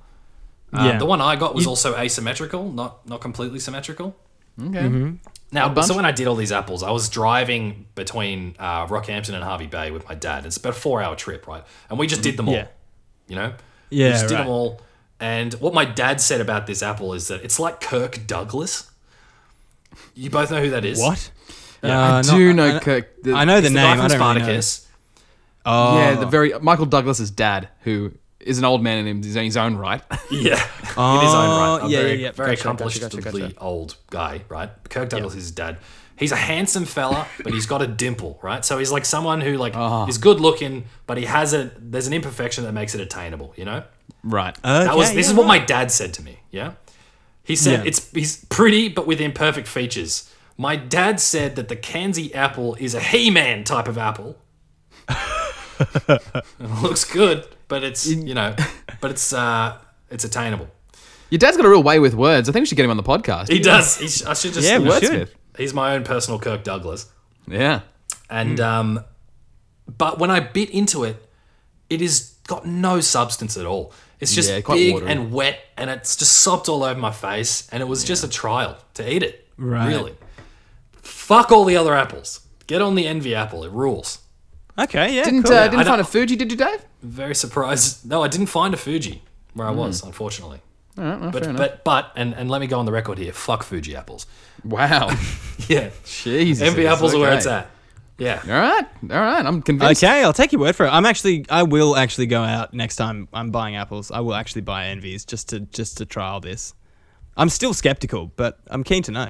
[SPEAKER 2] Um,
[SPEAKER 1] Yeah.
[SPEAKER 2] The one I got was also asymmetrical, not not completely symmetrical.
[SPEAKER 3] Okay.
[SPEAKER 2] Mm-hmm. Now,
[SPEAKER 3] bunch.
[SPEAKER 2] so when I did all these apples, I was driving between uh, Rockhampton and Harvey Bay with my dad. It's about a four-hour trip, right? And we just did them all.
[SPEAKER 1] Yeah.
[SPEAKER 2] You know,
[SPEAKER 1] Yeah,
[SPEAKER 2] we just did
[SPEAKER 1] right.
[SPEAKER 2] them all. And what my dad said about this apple is that it's like Kirk Douglas. You both know who that is.
[SPEAKER 1] What?
[SPEAKER 3] I
[SPEAKER 1] Uh,
[SPEAKER 3] do
[SPEAKER 1] not-
[SPEAKER 3] know
[SPEAKER 1] I-
[SPEAKER 3] Kirk. The,
[SPEAKER 1] I know the
[SPEAKER 2] The guy
[SPEAKER 1] name.
[SPEAKER 2] from
[SPEAKER 1] I don't really know.
[SPEAKER 2] Spartacus.
[SPEAKER 1] Oh,
[SPEAKER 3] Yeah, the very Michael Douglas's dad, who is an old man in his- in his own right.
[SPEAKER 2] Yeah. in his own right.
[SPEAKER 1] Oh,
[SPEAKER 2] A
[SPEAKER 1] yeah,
[SPEAKER 2] very,
[SPEAKER 1] yeah,
[SPEAKER 2] very
[SPEAKER 1] yeah. Gotcha, gotcha,
[SPEAKER 2] accomplished,
[SPEAKER 1] gotcha, gotcha.
[SPEAKER 2] lovely old guy, right? Kirk Douglas is his dad. He's a handsome fella, but he's got a dimple, right? So he's like someone who like
[SPEAKER 1] Oh.
[SPEAKER 2] is good looking, but he has a there's an imperfection that makes it attainable, you know?
[SPEAKER 3] right.
[SPEAKER 2] That
[SPEAKER 1] Okay,
[SPEAKER 2] was this
[SPEAKER 1] yeah,
[SPEAKER 2] is what
[SPEAKER 1] right.
[SPEAKER 2] my dad said to me. Yeah, he said
[SPEAKER 1] Yeah.
[SPEAKER 2] it's he's pretty but with imperfect features. My dad said that the Kanzi apple is a He-Man type of apple. it looks good, but it's you know, but it's uh, it's attainable.
[SPEAKER 3] Your dad's got a real way with words. I think we should get him on the podcast.
[SPEAKER 2] He does. He sh- I should just
[SPEAKER 1] Yeah, we
[SPEAKER 2] he's-
[SPEAKER 1] should.
[SPEAKER 2] He's my own personal Kirk Douglas.
[SPEAKER 3] Yeah.
[SPEAKER 2] And um, but when I bit into it, it has got no substance at all. It's just
[SPEAKER 3] Yeah, quite
[SPEAKER 2] big
[SPEAKER 3] watery.
[SPEAKER 2] and wet, and it's just sopped all over my face. And it was just a trial to eat it.
[SPEAKER 1] Right.
[SPEAKER 2] Really. Fuck all the other apples. Get on the envy apple. It rules.
[SPEAKER 1] Okay, yeah.
[SPEAKER 3] Didn't
[SPEAKER 1] cool.
[SPEAKER 3] uh, didn't
[SPEAKER 2] I
[SPEAKER 3] find a
[SPEAKER 2] don't-
[SPEAKER 3] Fuji, did you, Dave?
[SPEAKER 2] Very surprised. No, I didn't find a Fuji where I was, unfortunately. but, but but and and let me go on the record here. Fuck Fuji apples.
[SPEAKER 3] Wow.
[SPEAKER 2] Yeah.
[SPEAKER 3] Jesus.
[SPEAKER 2] envy apples are where
[SPEAKER 3] okay.
[SPEAKER 2] it's at. Yeah.
[SPEAKER 3] All right. All right. I'm convinced.
[SPEAKER 1] Okay, I'll take your word for it. I'm actually, I will actually go out next time I'm buying apples. I will actually buy Envy's just to just to trial this. I'm still skeptical, but I'm keen to know.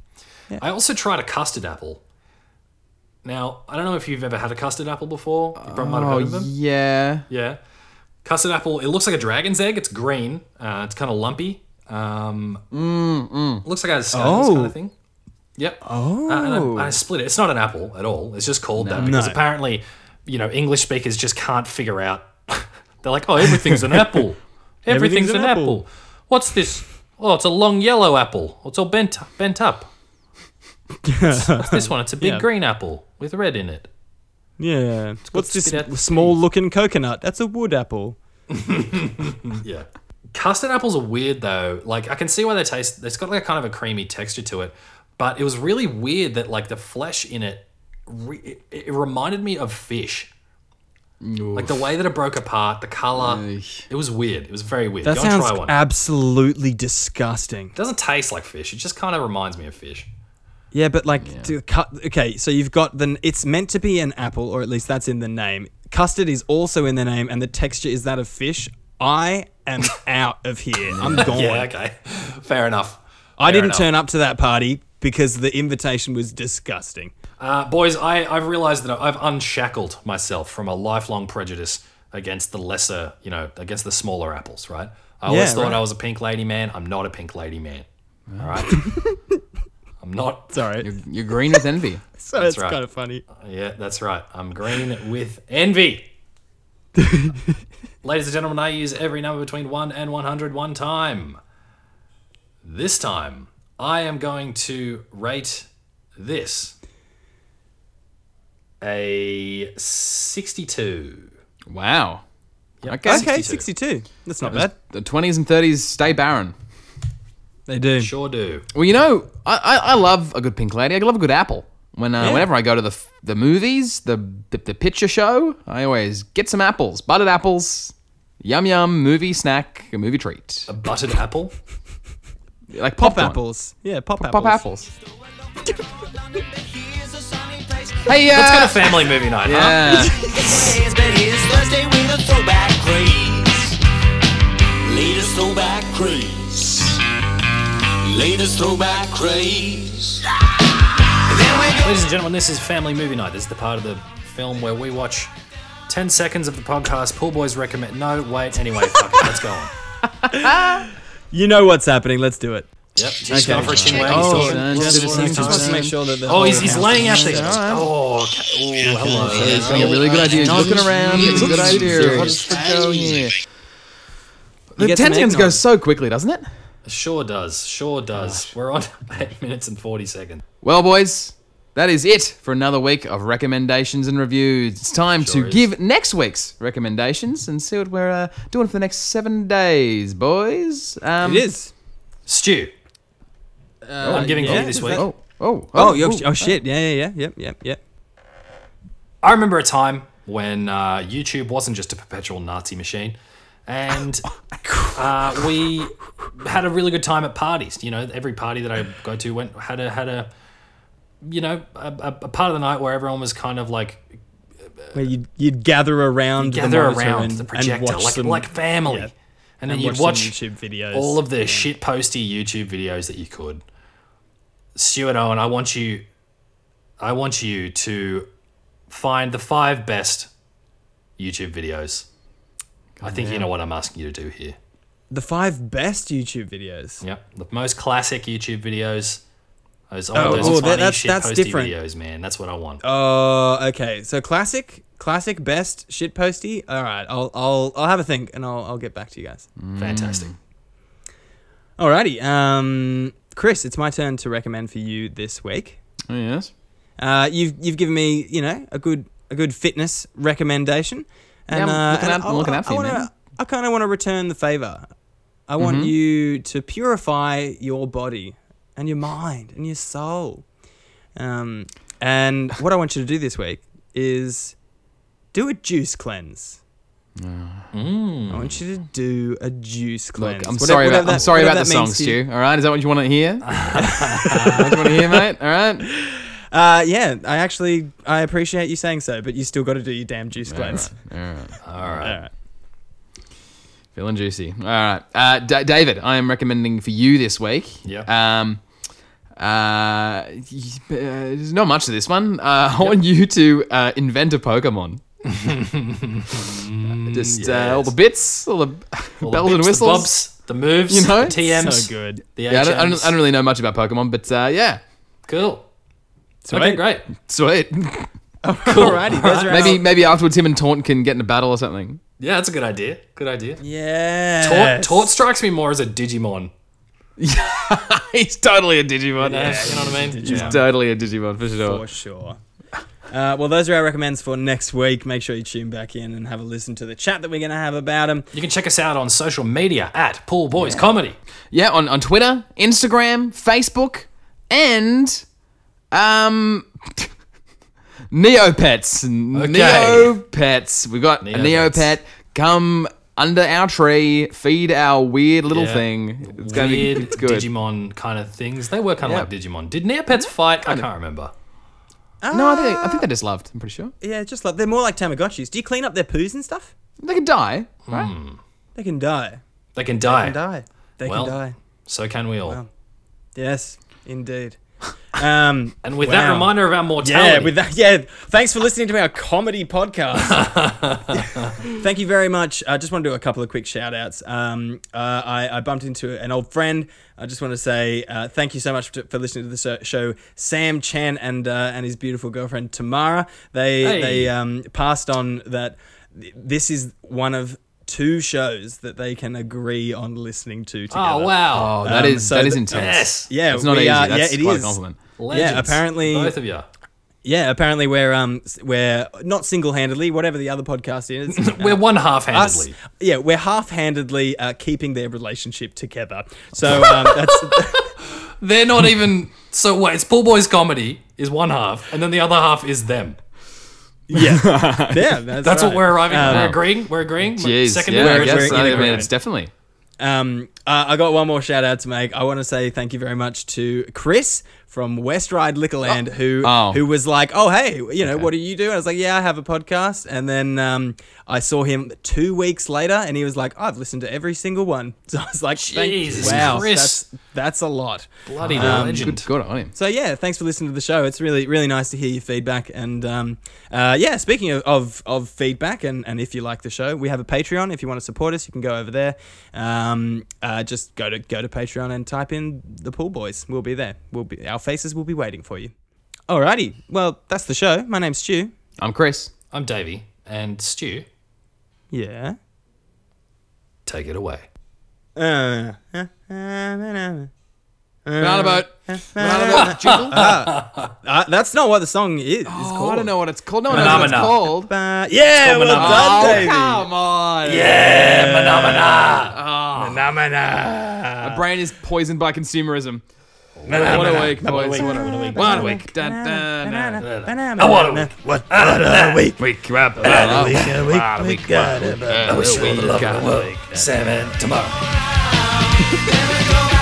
[SPEAKER 2] I also tried a custard apple. Now, I don't know if you've ever had a custard apple before. You probably might have
[SPEAKER 3] Oh,
[SPEAKER 2] heard of them.
[SPEAKER 3] yeah.
[SPEAKER 2] Yeah. Custard apple, it looks like a dragon's egg. It's green. Uh, it's kind of lumpy. Um, Looks like it has scales
[SPEAKER 1] Oh.
[SPEAKER 2] kind of thing. Yep. Oh. and, I, and I split it. It's not an apple at all. It's just called that because
[SPEAKER 1] No.
[SPEAKER 2] apparently, you know, English speakers just can't figure out. They're like, oh, everything's an apple. Everything's, an, apple. What's this? Oh, it's a long yellow apple. It's all bent bent up. What's what's this one? It's a big
[SPEAKER 1] Yeah.
[SPEAKER 2] green apple with red in it.
[SPEAKER 1] Yeah. What's
[SPEAKER 2] to
[SPEAKER 1] this
[SPEAKER 2] spit out the
[SPEAKER 1] small looking coconut? That's a wood apple.
[SPEAKER 2] Yeah. Custard apples are weird though. Like I can see why they taste. It's got like a kind of a creamy texture to it, but it was really weird that like the flesh in it, re- it, it reminded me of fish. Like the way that it broke apart, the color.
[SPEAKER 3] Eesh.
[SPEAKER 2] It was weird. It was very weird.
[SPEAKER 1] That
[SPEAKER 2] Go and
[SPEAKER 1] sounds
[SPEAKER 2] try one.
[SPEAKER 1] absolutely disgusting.
[SPEAKER 2] it doesn't taste like fish. It just kind of reminds me of fish.
[SPEAKER 1] Yeah, but like to cut. Okay, so you've got the. It's meant to be an apple, or at least that's in the name. Custard is also in the name, and the texture is that of fish. I am out of here. I'm gone.
[SPEAKER 2] Yeah. Okay. Fair enough.
[SPEAKER 1] I
[SPEAKER 2] Fair
[SPEAKER 1] didn't
[SPEAKER 2] enough.
[SPEAKER 1] turn up to that party because the invitation was disgusting.
[SPEAKER 2] Uh, boys, I, I've realised that I've unshackled myself from a lifelong prejudice against the lesser, you know, against the smaller apples, right? I always
[SPEAKER 1] Yeah,
[SPEAKER 2] thought
[SPEAKER 1] right.
[SPEAKER 2] I was a pink lady man. I'm not a pink lady man. All right. I'm not.
[SPEAKER 1] Sorry.
[SPEAKER 3] You're green with envy.
[SPEAKER 1] So it's
[SPEAKER 2] right.
[SPEAKER 1] kind of funny.
[SPEAKER 2] Yeah, that's right. I'm green with envy. Ladies and gentlemen, I use every number between 1 and 100 one time. This time, I am going to rate this a 62.
[SPEAKER 3] Wow.
[SPEAKER 2] Yep.
[SPEAKER 3] Okay.
[SPEAKER 1] Okay, 62. That's not bad.
[SPEAKER 3] The 20s and 30s stay barren.
[SPEAKER 1] They do.
[SPEAKER 2] Sure do.
[SPEAKER 3] Well, you know, I, I, I love a good pink lady. I love a good apple. When uh,
[SPEAKER 1] Yeah.
[SPEAKER 3] whenever I go to the f- the movies, the, the the picture show, I always get some apples, buttered apples. Yum yum, movie snack, a movie treat.
[SPEAKER 2] A buttered apple.
[SPEAKER 3] Like
[SPEAKER 1] Pop
[SPEAKER 3] popcorn.
[SPEAKER 1] apples. Yeah, pop,
[SPEAKER 3] Pop apples. Hey, uh,
[SPEAKER 2] Let's go to family movie night, huh?
[SPEAKER 3] yeah.
[SPEAKER 4] Latest throwback craze. Latest throwback craze. Then we go
[SPEAKER 2] Ladies and gentlemen, this is Family Movie Night. This is the part of the film where we watch 10 seconds of the podcast. Pool Boys recommend. No, wait. Anyway, fuck it. Let's go on.
[SPEAKER 1] You know what's happening. Let's do it.
[SPEAKER 2] Yep. He's
[SPEAKER 1] Okay.
[SPEAKER 2] gone for a chin wag.
[SPEAKER 1] Oh,
[SPEAKER 2] He's talking.
[SPEAKER 3] done,
[SPEAKER 2] He's
[SPEAKER 3] did a
[SPEAKER 2] talking.
[SPEAKER 3] chin
[SPEAKER 1] Just
[SPEAKER 3] wag.
[SPEAKER 1] to make sure that the
[SPEAKER 2] Oh, he's,
[SPEAKER 1] whole
[SPEAKER 2] he's
[SPEAKER 1] house-
[SPEAKER 2] laying out things. Oh, okay. Ooh, hello.
[SPEAKER 3] It's gonna be a really good idea. He's looking around. It's a good idea. What's
[SPEAKER 1] serious.
[SPEAKER 3] the go here? The
[SPEAKER 1] get
[SPEAKER 3] ten
[SPEAKER 1] some
[SPEAKER 3] seconds
[SPEAKER 1] eggnog.
[SPEAKER 3] goes so quickly, doesn't it?
[SPEAKER 2] Sure does. Sure does. We're on 8 minutes and 40 seconds.
[SPEAKER 3] Well, boys, that is it for another week of recommendations and reviews. It's time
[SPEAKER 2] Sure
[SPEAKER 3] to
[SPEAKER 2] is.
[SPEAKER 3] give next week's recommendations and see what we're uh, doing for the next seven days, boys. Um,
[SPEAKER 1] It is.
[SPEAKER 2] Stew. I'm giving
[SPEAKER 1] Uh, yeah,
[SPEAKER 2] you this
[SPEAKER 1] is
[SPEAKER 2] week.
[SPEAKER 1] that-
[SPEAKER 3] Oh, oh,
[SPEAKER 1] Oh, yo-
[SPEAKER 3] ooh.
[SPEAKER 1] oh shit. Yeah, yeah, yeah. Yep, yep, yep.
[SPEAKER 2] I remember a time when uh, YouTube wasn't just a perpetual Nazi machine, and
[SPEAKER 1] Oh,
[SPEAKER 2] uh, we had a really good time at parties. You know, every party that I go to went had a had a you know a, a, a part of the night where everyone was kind of like
[SPEAKER 1] Where you'd, you'd gather around the
[SPEAKER 2] gather
[SPEAKER 1] monitor
[SPEAKER 2] around
[SPEAKER 1] and,
[SPEAKER 2] the
[SPEAKER 1] and
[SPEAKER 2] projector
[SPEAKER 1] watch
[SPEAKER 2] like
[SPEAKER 1] some,
[SPEAKER 2] like family,
[SPEAKER 1] yeah.
[SPEAKER 2] and then
[SPEAKER 1] and
[SPEAKER 2] you'd
[SPEAKER 1] some
[SPEAKER 2] watch
[SPEAKER 1] YouTube videos.
[SPEAKER 2] all of the shit posty YouTube videos that you could. Stuart Owen, I want you, I want you to find the five best YouTube videos. I think you know what I'm asking you to do here.
[SPEAKER 1] the five best YouTube videos.
[SPEAKER 2] Yep, the most classic YouTube videos. Those, all
[SPEAKER 1] Oh,
[SPEAKER 2] those
[SPEAKER 1] oh, that-
[SPEAKER 2] funny
[SPEAKER 1] that's-
[SPEAKER 2] shit
[SPEAKER 1] that's
[SPEAKER 2] posty
[SPEAKER 1] different.
[SPEAKER 2] videos, man. That's what I want.
[SPEAKER 1] Oh, okay. So classic, classic best shit posty. All right, I'll I'll I'll have a think and I'll I'll get back to you guys.
[SPEAKER 3] Mm.
[SPEAKER 2] Fantastic.
[SPEAKER 1] Alrighty, um, Chris, it's my turn to recommend for you this week.
[SPEAKER 3] Oh, yes.
[SPEAKER 1] Uh, you've you've given me, you know, a good a good fitness recommendation, and
[SPEAKER 3] Yeah, I'm
[SPEAKER 1] uh,
[SPEAKER 3] looking
[SPEAKER 1] and
[SPEAKER 3] out- I'm looking out for
[SPEAKER 1] I
[SPEAKER 3] you,
[SPEAKER 1] wanna-
[SPEAKER 3] man. Mm-hmm.
[SPEAKER 1] I kind of want to return the favor. I want you to purify your body and your mind and your soul. Um, and what I want you to do this week is do a juice cleanse. I want you to do a juice cleanse.
[SPEAKER 3] Ah. Look, I'm
[SPEAKER 1] Whatever-
[SPEAKER 3] sorry
[SPEAKER 1] whatever
[SPEAKER 3] about, I'm
[SPEAKER 1] that-
[SPEAKER 3] sorry about
[SPEAKER 1] whatever
[SPEAKER 3] the
[SPEAKER 1] that means
[SPEAKER 3] song,
[SPEAKER 1] to you.
[SPEAKER 3] Stu. All right, is that what you want to hear? what you want to hear, mate? All right.
[SPEAKER 1] Uh, yeah, I actually I appreciate you saying so, but you still got to do your damn juice cleanse.
[SPEAKER 3] All right.
[SPEAKER 2] All right.
[SPEAKER 1] All right.
[SPEAKER 3] Feeling juicy. All right, uh, D- David. I am recommending for you this week.
[SPEAKER 2] Yep.
[SPEAKER 3] Um, uh, y- uh, there's not much to this one. Uh, I want you to uh, invent a Pokemon. Just uh, all
[SPEAKER 2] yes.
[SPEAKER 3] the bits, all
[SPEAKER 2] All
[SPEAKER 3] the
[SPEAKER 2] the
[SPEAKER 3] bells and
[SPEAKER 2] bips,
[SPEAKER 3] whistles.
[SPEAKER 2] the bobs, the moves,
[SPEAKER 3] You know?
[SPEAKER 2] the TMs,
[SPEAKER 1] So good.
[SPEAKER 2] the
[SPEAKER 3] yeah, I don't, I,
[SPEAKER 2] HMs.
[SPEAKER 3] don't, I don't really know much about Pokemon, but uh, yeah,
[SPEAKER 2] Cool. Okay, great.
[SPEAKER 3] sweet.
[SPEAKER 2] Cool.
[SPEAKER 1] Alrighty, those are our-
[SPEAKER 3] maybe maybe afterwards, him and Taunt can get in a battle or something.
[SPEAKER 2] Yeah, that's a good idea. Good idea.
[SPEAKER 1] yeah.
[SPEAKER 2] Tort, Tort strikes me more as a Digimon.
[SPEAKER 3] He's totally a Digimon.
[SPEAKER 2] Yeah, you know what I mean? Yeah.
[SPEAKER 3] Totally a Digimon for sure.
[SPEAKER 1] for sure. Uh, well, those are our recommends for next week. Make sure you tune back in and have a listen to the chat that we're going to have about them.
[SPEAKER 2] You can check us out on social media at Pool Boys Comedy.
[SPEAKER 3] Yeah, on, on Twitter, Instagram, Facebook, and um Neopets. Neopets. We got a
[SPEAKER 2] Neopets.
[SPEAKER 3] Neopet come under our tree, feed our weird little
[SPEAKER 2] Yeah.
[SPEAKER 3] thing. It's gonna be
[SPEAKER 2] Weird
[SPEAKER 3] it's good.
[SPEAKER 2] Digimon kind of things. They were kind of
[SPEAKER 3] Yeah.
[SPEAKER 2] like Digimon. Did Neopets fight? I can't remember.
[SPEAKER 3] No, I think I think they just loved, I'm pretty sure.
[SPEAKER 1] Yeah, just like they're more like Tamagotchis. Do you clean up their poos and stuff?
[SPEAKER 3] They could die,
[SPEAKER 2] Hmm.
[SPEAKER 3] right?
[SPEAKER 1] They can die.
[SPEAKER 2] They can die.
[SPEAKER 1] They can die. They
[SPEAKER 2] Well.
[SPEAKER 1] can die.
[SPEAKER 2] So can we all.
[SPEAKER 1] Yes, indeed. Um,
[SPEAKER 2] And with that
[SPEAKER 1] wow.
[SPEAKER 2] reminder of our
[SPEAKER 1] Yeah,
[SPEAKER 2] mortality,
[SPEAKER 1] with that. Yeah, thanks for listening to our comedy podcast. Thank you very much. I just want to do a couple of quick shout outs. Um, uh, I, I bumped into an old friend. I just want to say uh, thank you so much to, for listening to the so- show. Sam Chan and uh, and his beautiful girlfriend Tamara. They
[SPEAKER 2] Hey.
[SPEAKER 1] they um, passed on that th- this is one of two shows that they can agree on listening to together.
[SPEAKER 2] oh, wow.
[SPEAKER 3] Oh, that
[SPEAKER 1] Um,
[SPEAKER 3] is
[SPEAKER 1] so
[SPEAKER 3] that is
[SPEAKER 1] the-
[SPEAKER 3] intense.
[SPEAKER 2] Yes.
[SPEAKER 1] Yeah,
[SPEAKER 3] It's not
[SPEAKER 1] we
[SPEAKER 3] easy.
[SPEAKER 1] are-
[SPEAKER 3] That's
[SPEAKER 1] yeah, it
[SPEAKER 3] quite
[SPEAKER 1] is.
[SPEAKER 3] a compliment.
[SPEAKER 2] Legends.
[SPEAKER 1] apparently-
[SPEAKER 2] Both of you.
[SPEAKER 1] Yeah, apparently we're um s- we're not single-handedly, whatever the other podcast is.
[SPEAKER 2] We're one half
[SPEAKER 1] us,
[SPEAKER 2] handedly.
[SPEAKER 1] yeah, we're half-handedly uh, keeping their relationship together. So um, that's
[SPEAKER 2] They're not even. So wait, it's Pool Boys Comedy. is one half, and then the other half is them.
[SPEAKER 1] Yeah, yeah, that's,
[SPEAKER 2] That's what
[SPEAKER 1] right.
[SPEAKER 2] we're arriving at.
[SPEAKER 1] Um,
[SPEAKER 2] We're agreeing. We're agreeing.
[SPEAKER 3] Jeez,
[SPEAKER 2] Second
[SPEAKER 3] yeah,
[SPEAKER 2] word.
[SPEAKER 3] I guess.
[SPEAKER 1] we're
[SPEAKER 3] I mean,
[SPEAKER 1] integrating.
[SPEAKER 3] it's definitely.
[SPEAKER 1] Um, uh, I got one more shout out to make. I want to say thank you very much to Chris from West Ride Liquorland, who
[SPEAKER 3] Oh.
[SPEAKER 1] who was like, "Oh, hey, you know, what do you do?" And I was like, "Yeah, I have a podcast." And then um, I saw him two weeks later, and he was like, "I've listened to every single one." So I was like, thank-
[SPEAKER 2] Jesus,
[SPEAKER 1] "Wow,
[SPEAKER 2] Chris.
[SPEAKER 1] that's that's a lot."
[SPEAKER 2] Bloody legend.
[SPEAKER 3] Good, good on him.
[SPEAKER 1] So yeah, thanks for listening to the show. It's really really nice to hear your feedback. And um, uh, yeah, speaking of, of, of feedback and, and if you like the show, we have a Patreon. If you want to support us, you can go over there. Um, uh, just go to go to Patreon and type in the Pool Boys. We'll be there. We'll be our faces will be waiting for you. Alrighty, well that's the show. My name's Stu.
[SPEAKER 3] I'm Chris.
[SPEAKER 2] I'm Davey and Stu.
[SPEAKER 1] Yeah.
[SPEAKER 2] Take it away.
[SPEAKER 1] Uh, uh, uh,
[SPEAKER 3] Not about. Not about.
[SPEAKER 1] uh, that's not what the song is. is
[SPEAKER 3] Oh, I don't
[SPEAKER 1] called.
[SPEAKER 3] know what it's called. No one knows what it's
[SPEAKER 2] Phenomena.
[SPEAKER 3] called.
[SPEAKER 1] But- yeah, well
[SPEAKER 2] Manama.
[SPEAKER 1] done,
[SPEAKER 3] Oh,
[SPEAKER 1] Davey.
[SPEAKER 3] come on. My brain is poisoned by consumerism. What a week, boys. What a week. What a week. Dun, dun, dun.
[SPEAKER 1] Banana.
[SPEAKER 2] What a week. What a week. Week. What a week. What a week. What a week.
[SPEAKER 3] What a week.
[SPEAKER 2] Seven tomorrow.
[SPEAKER 4] There we go.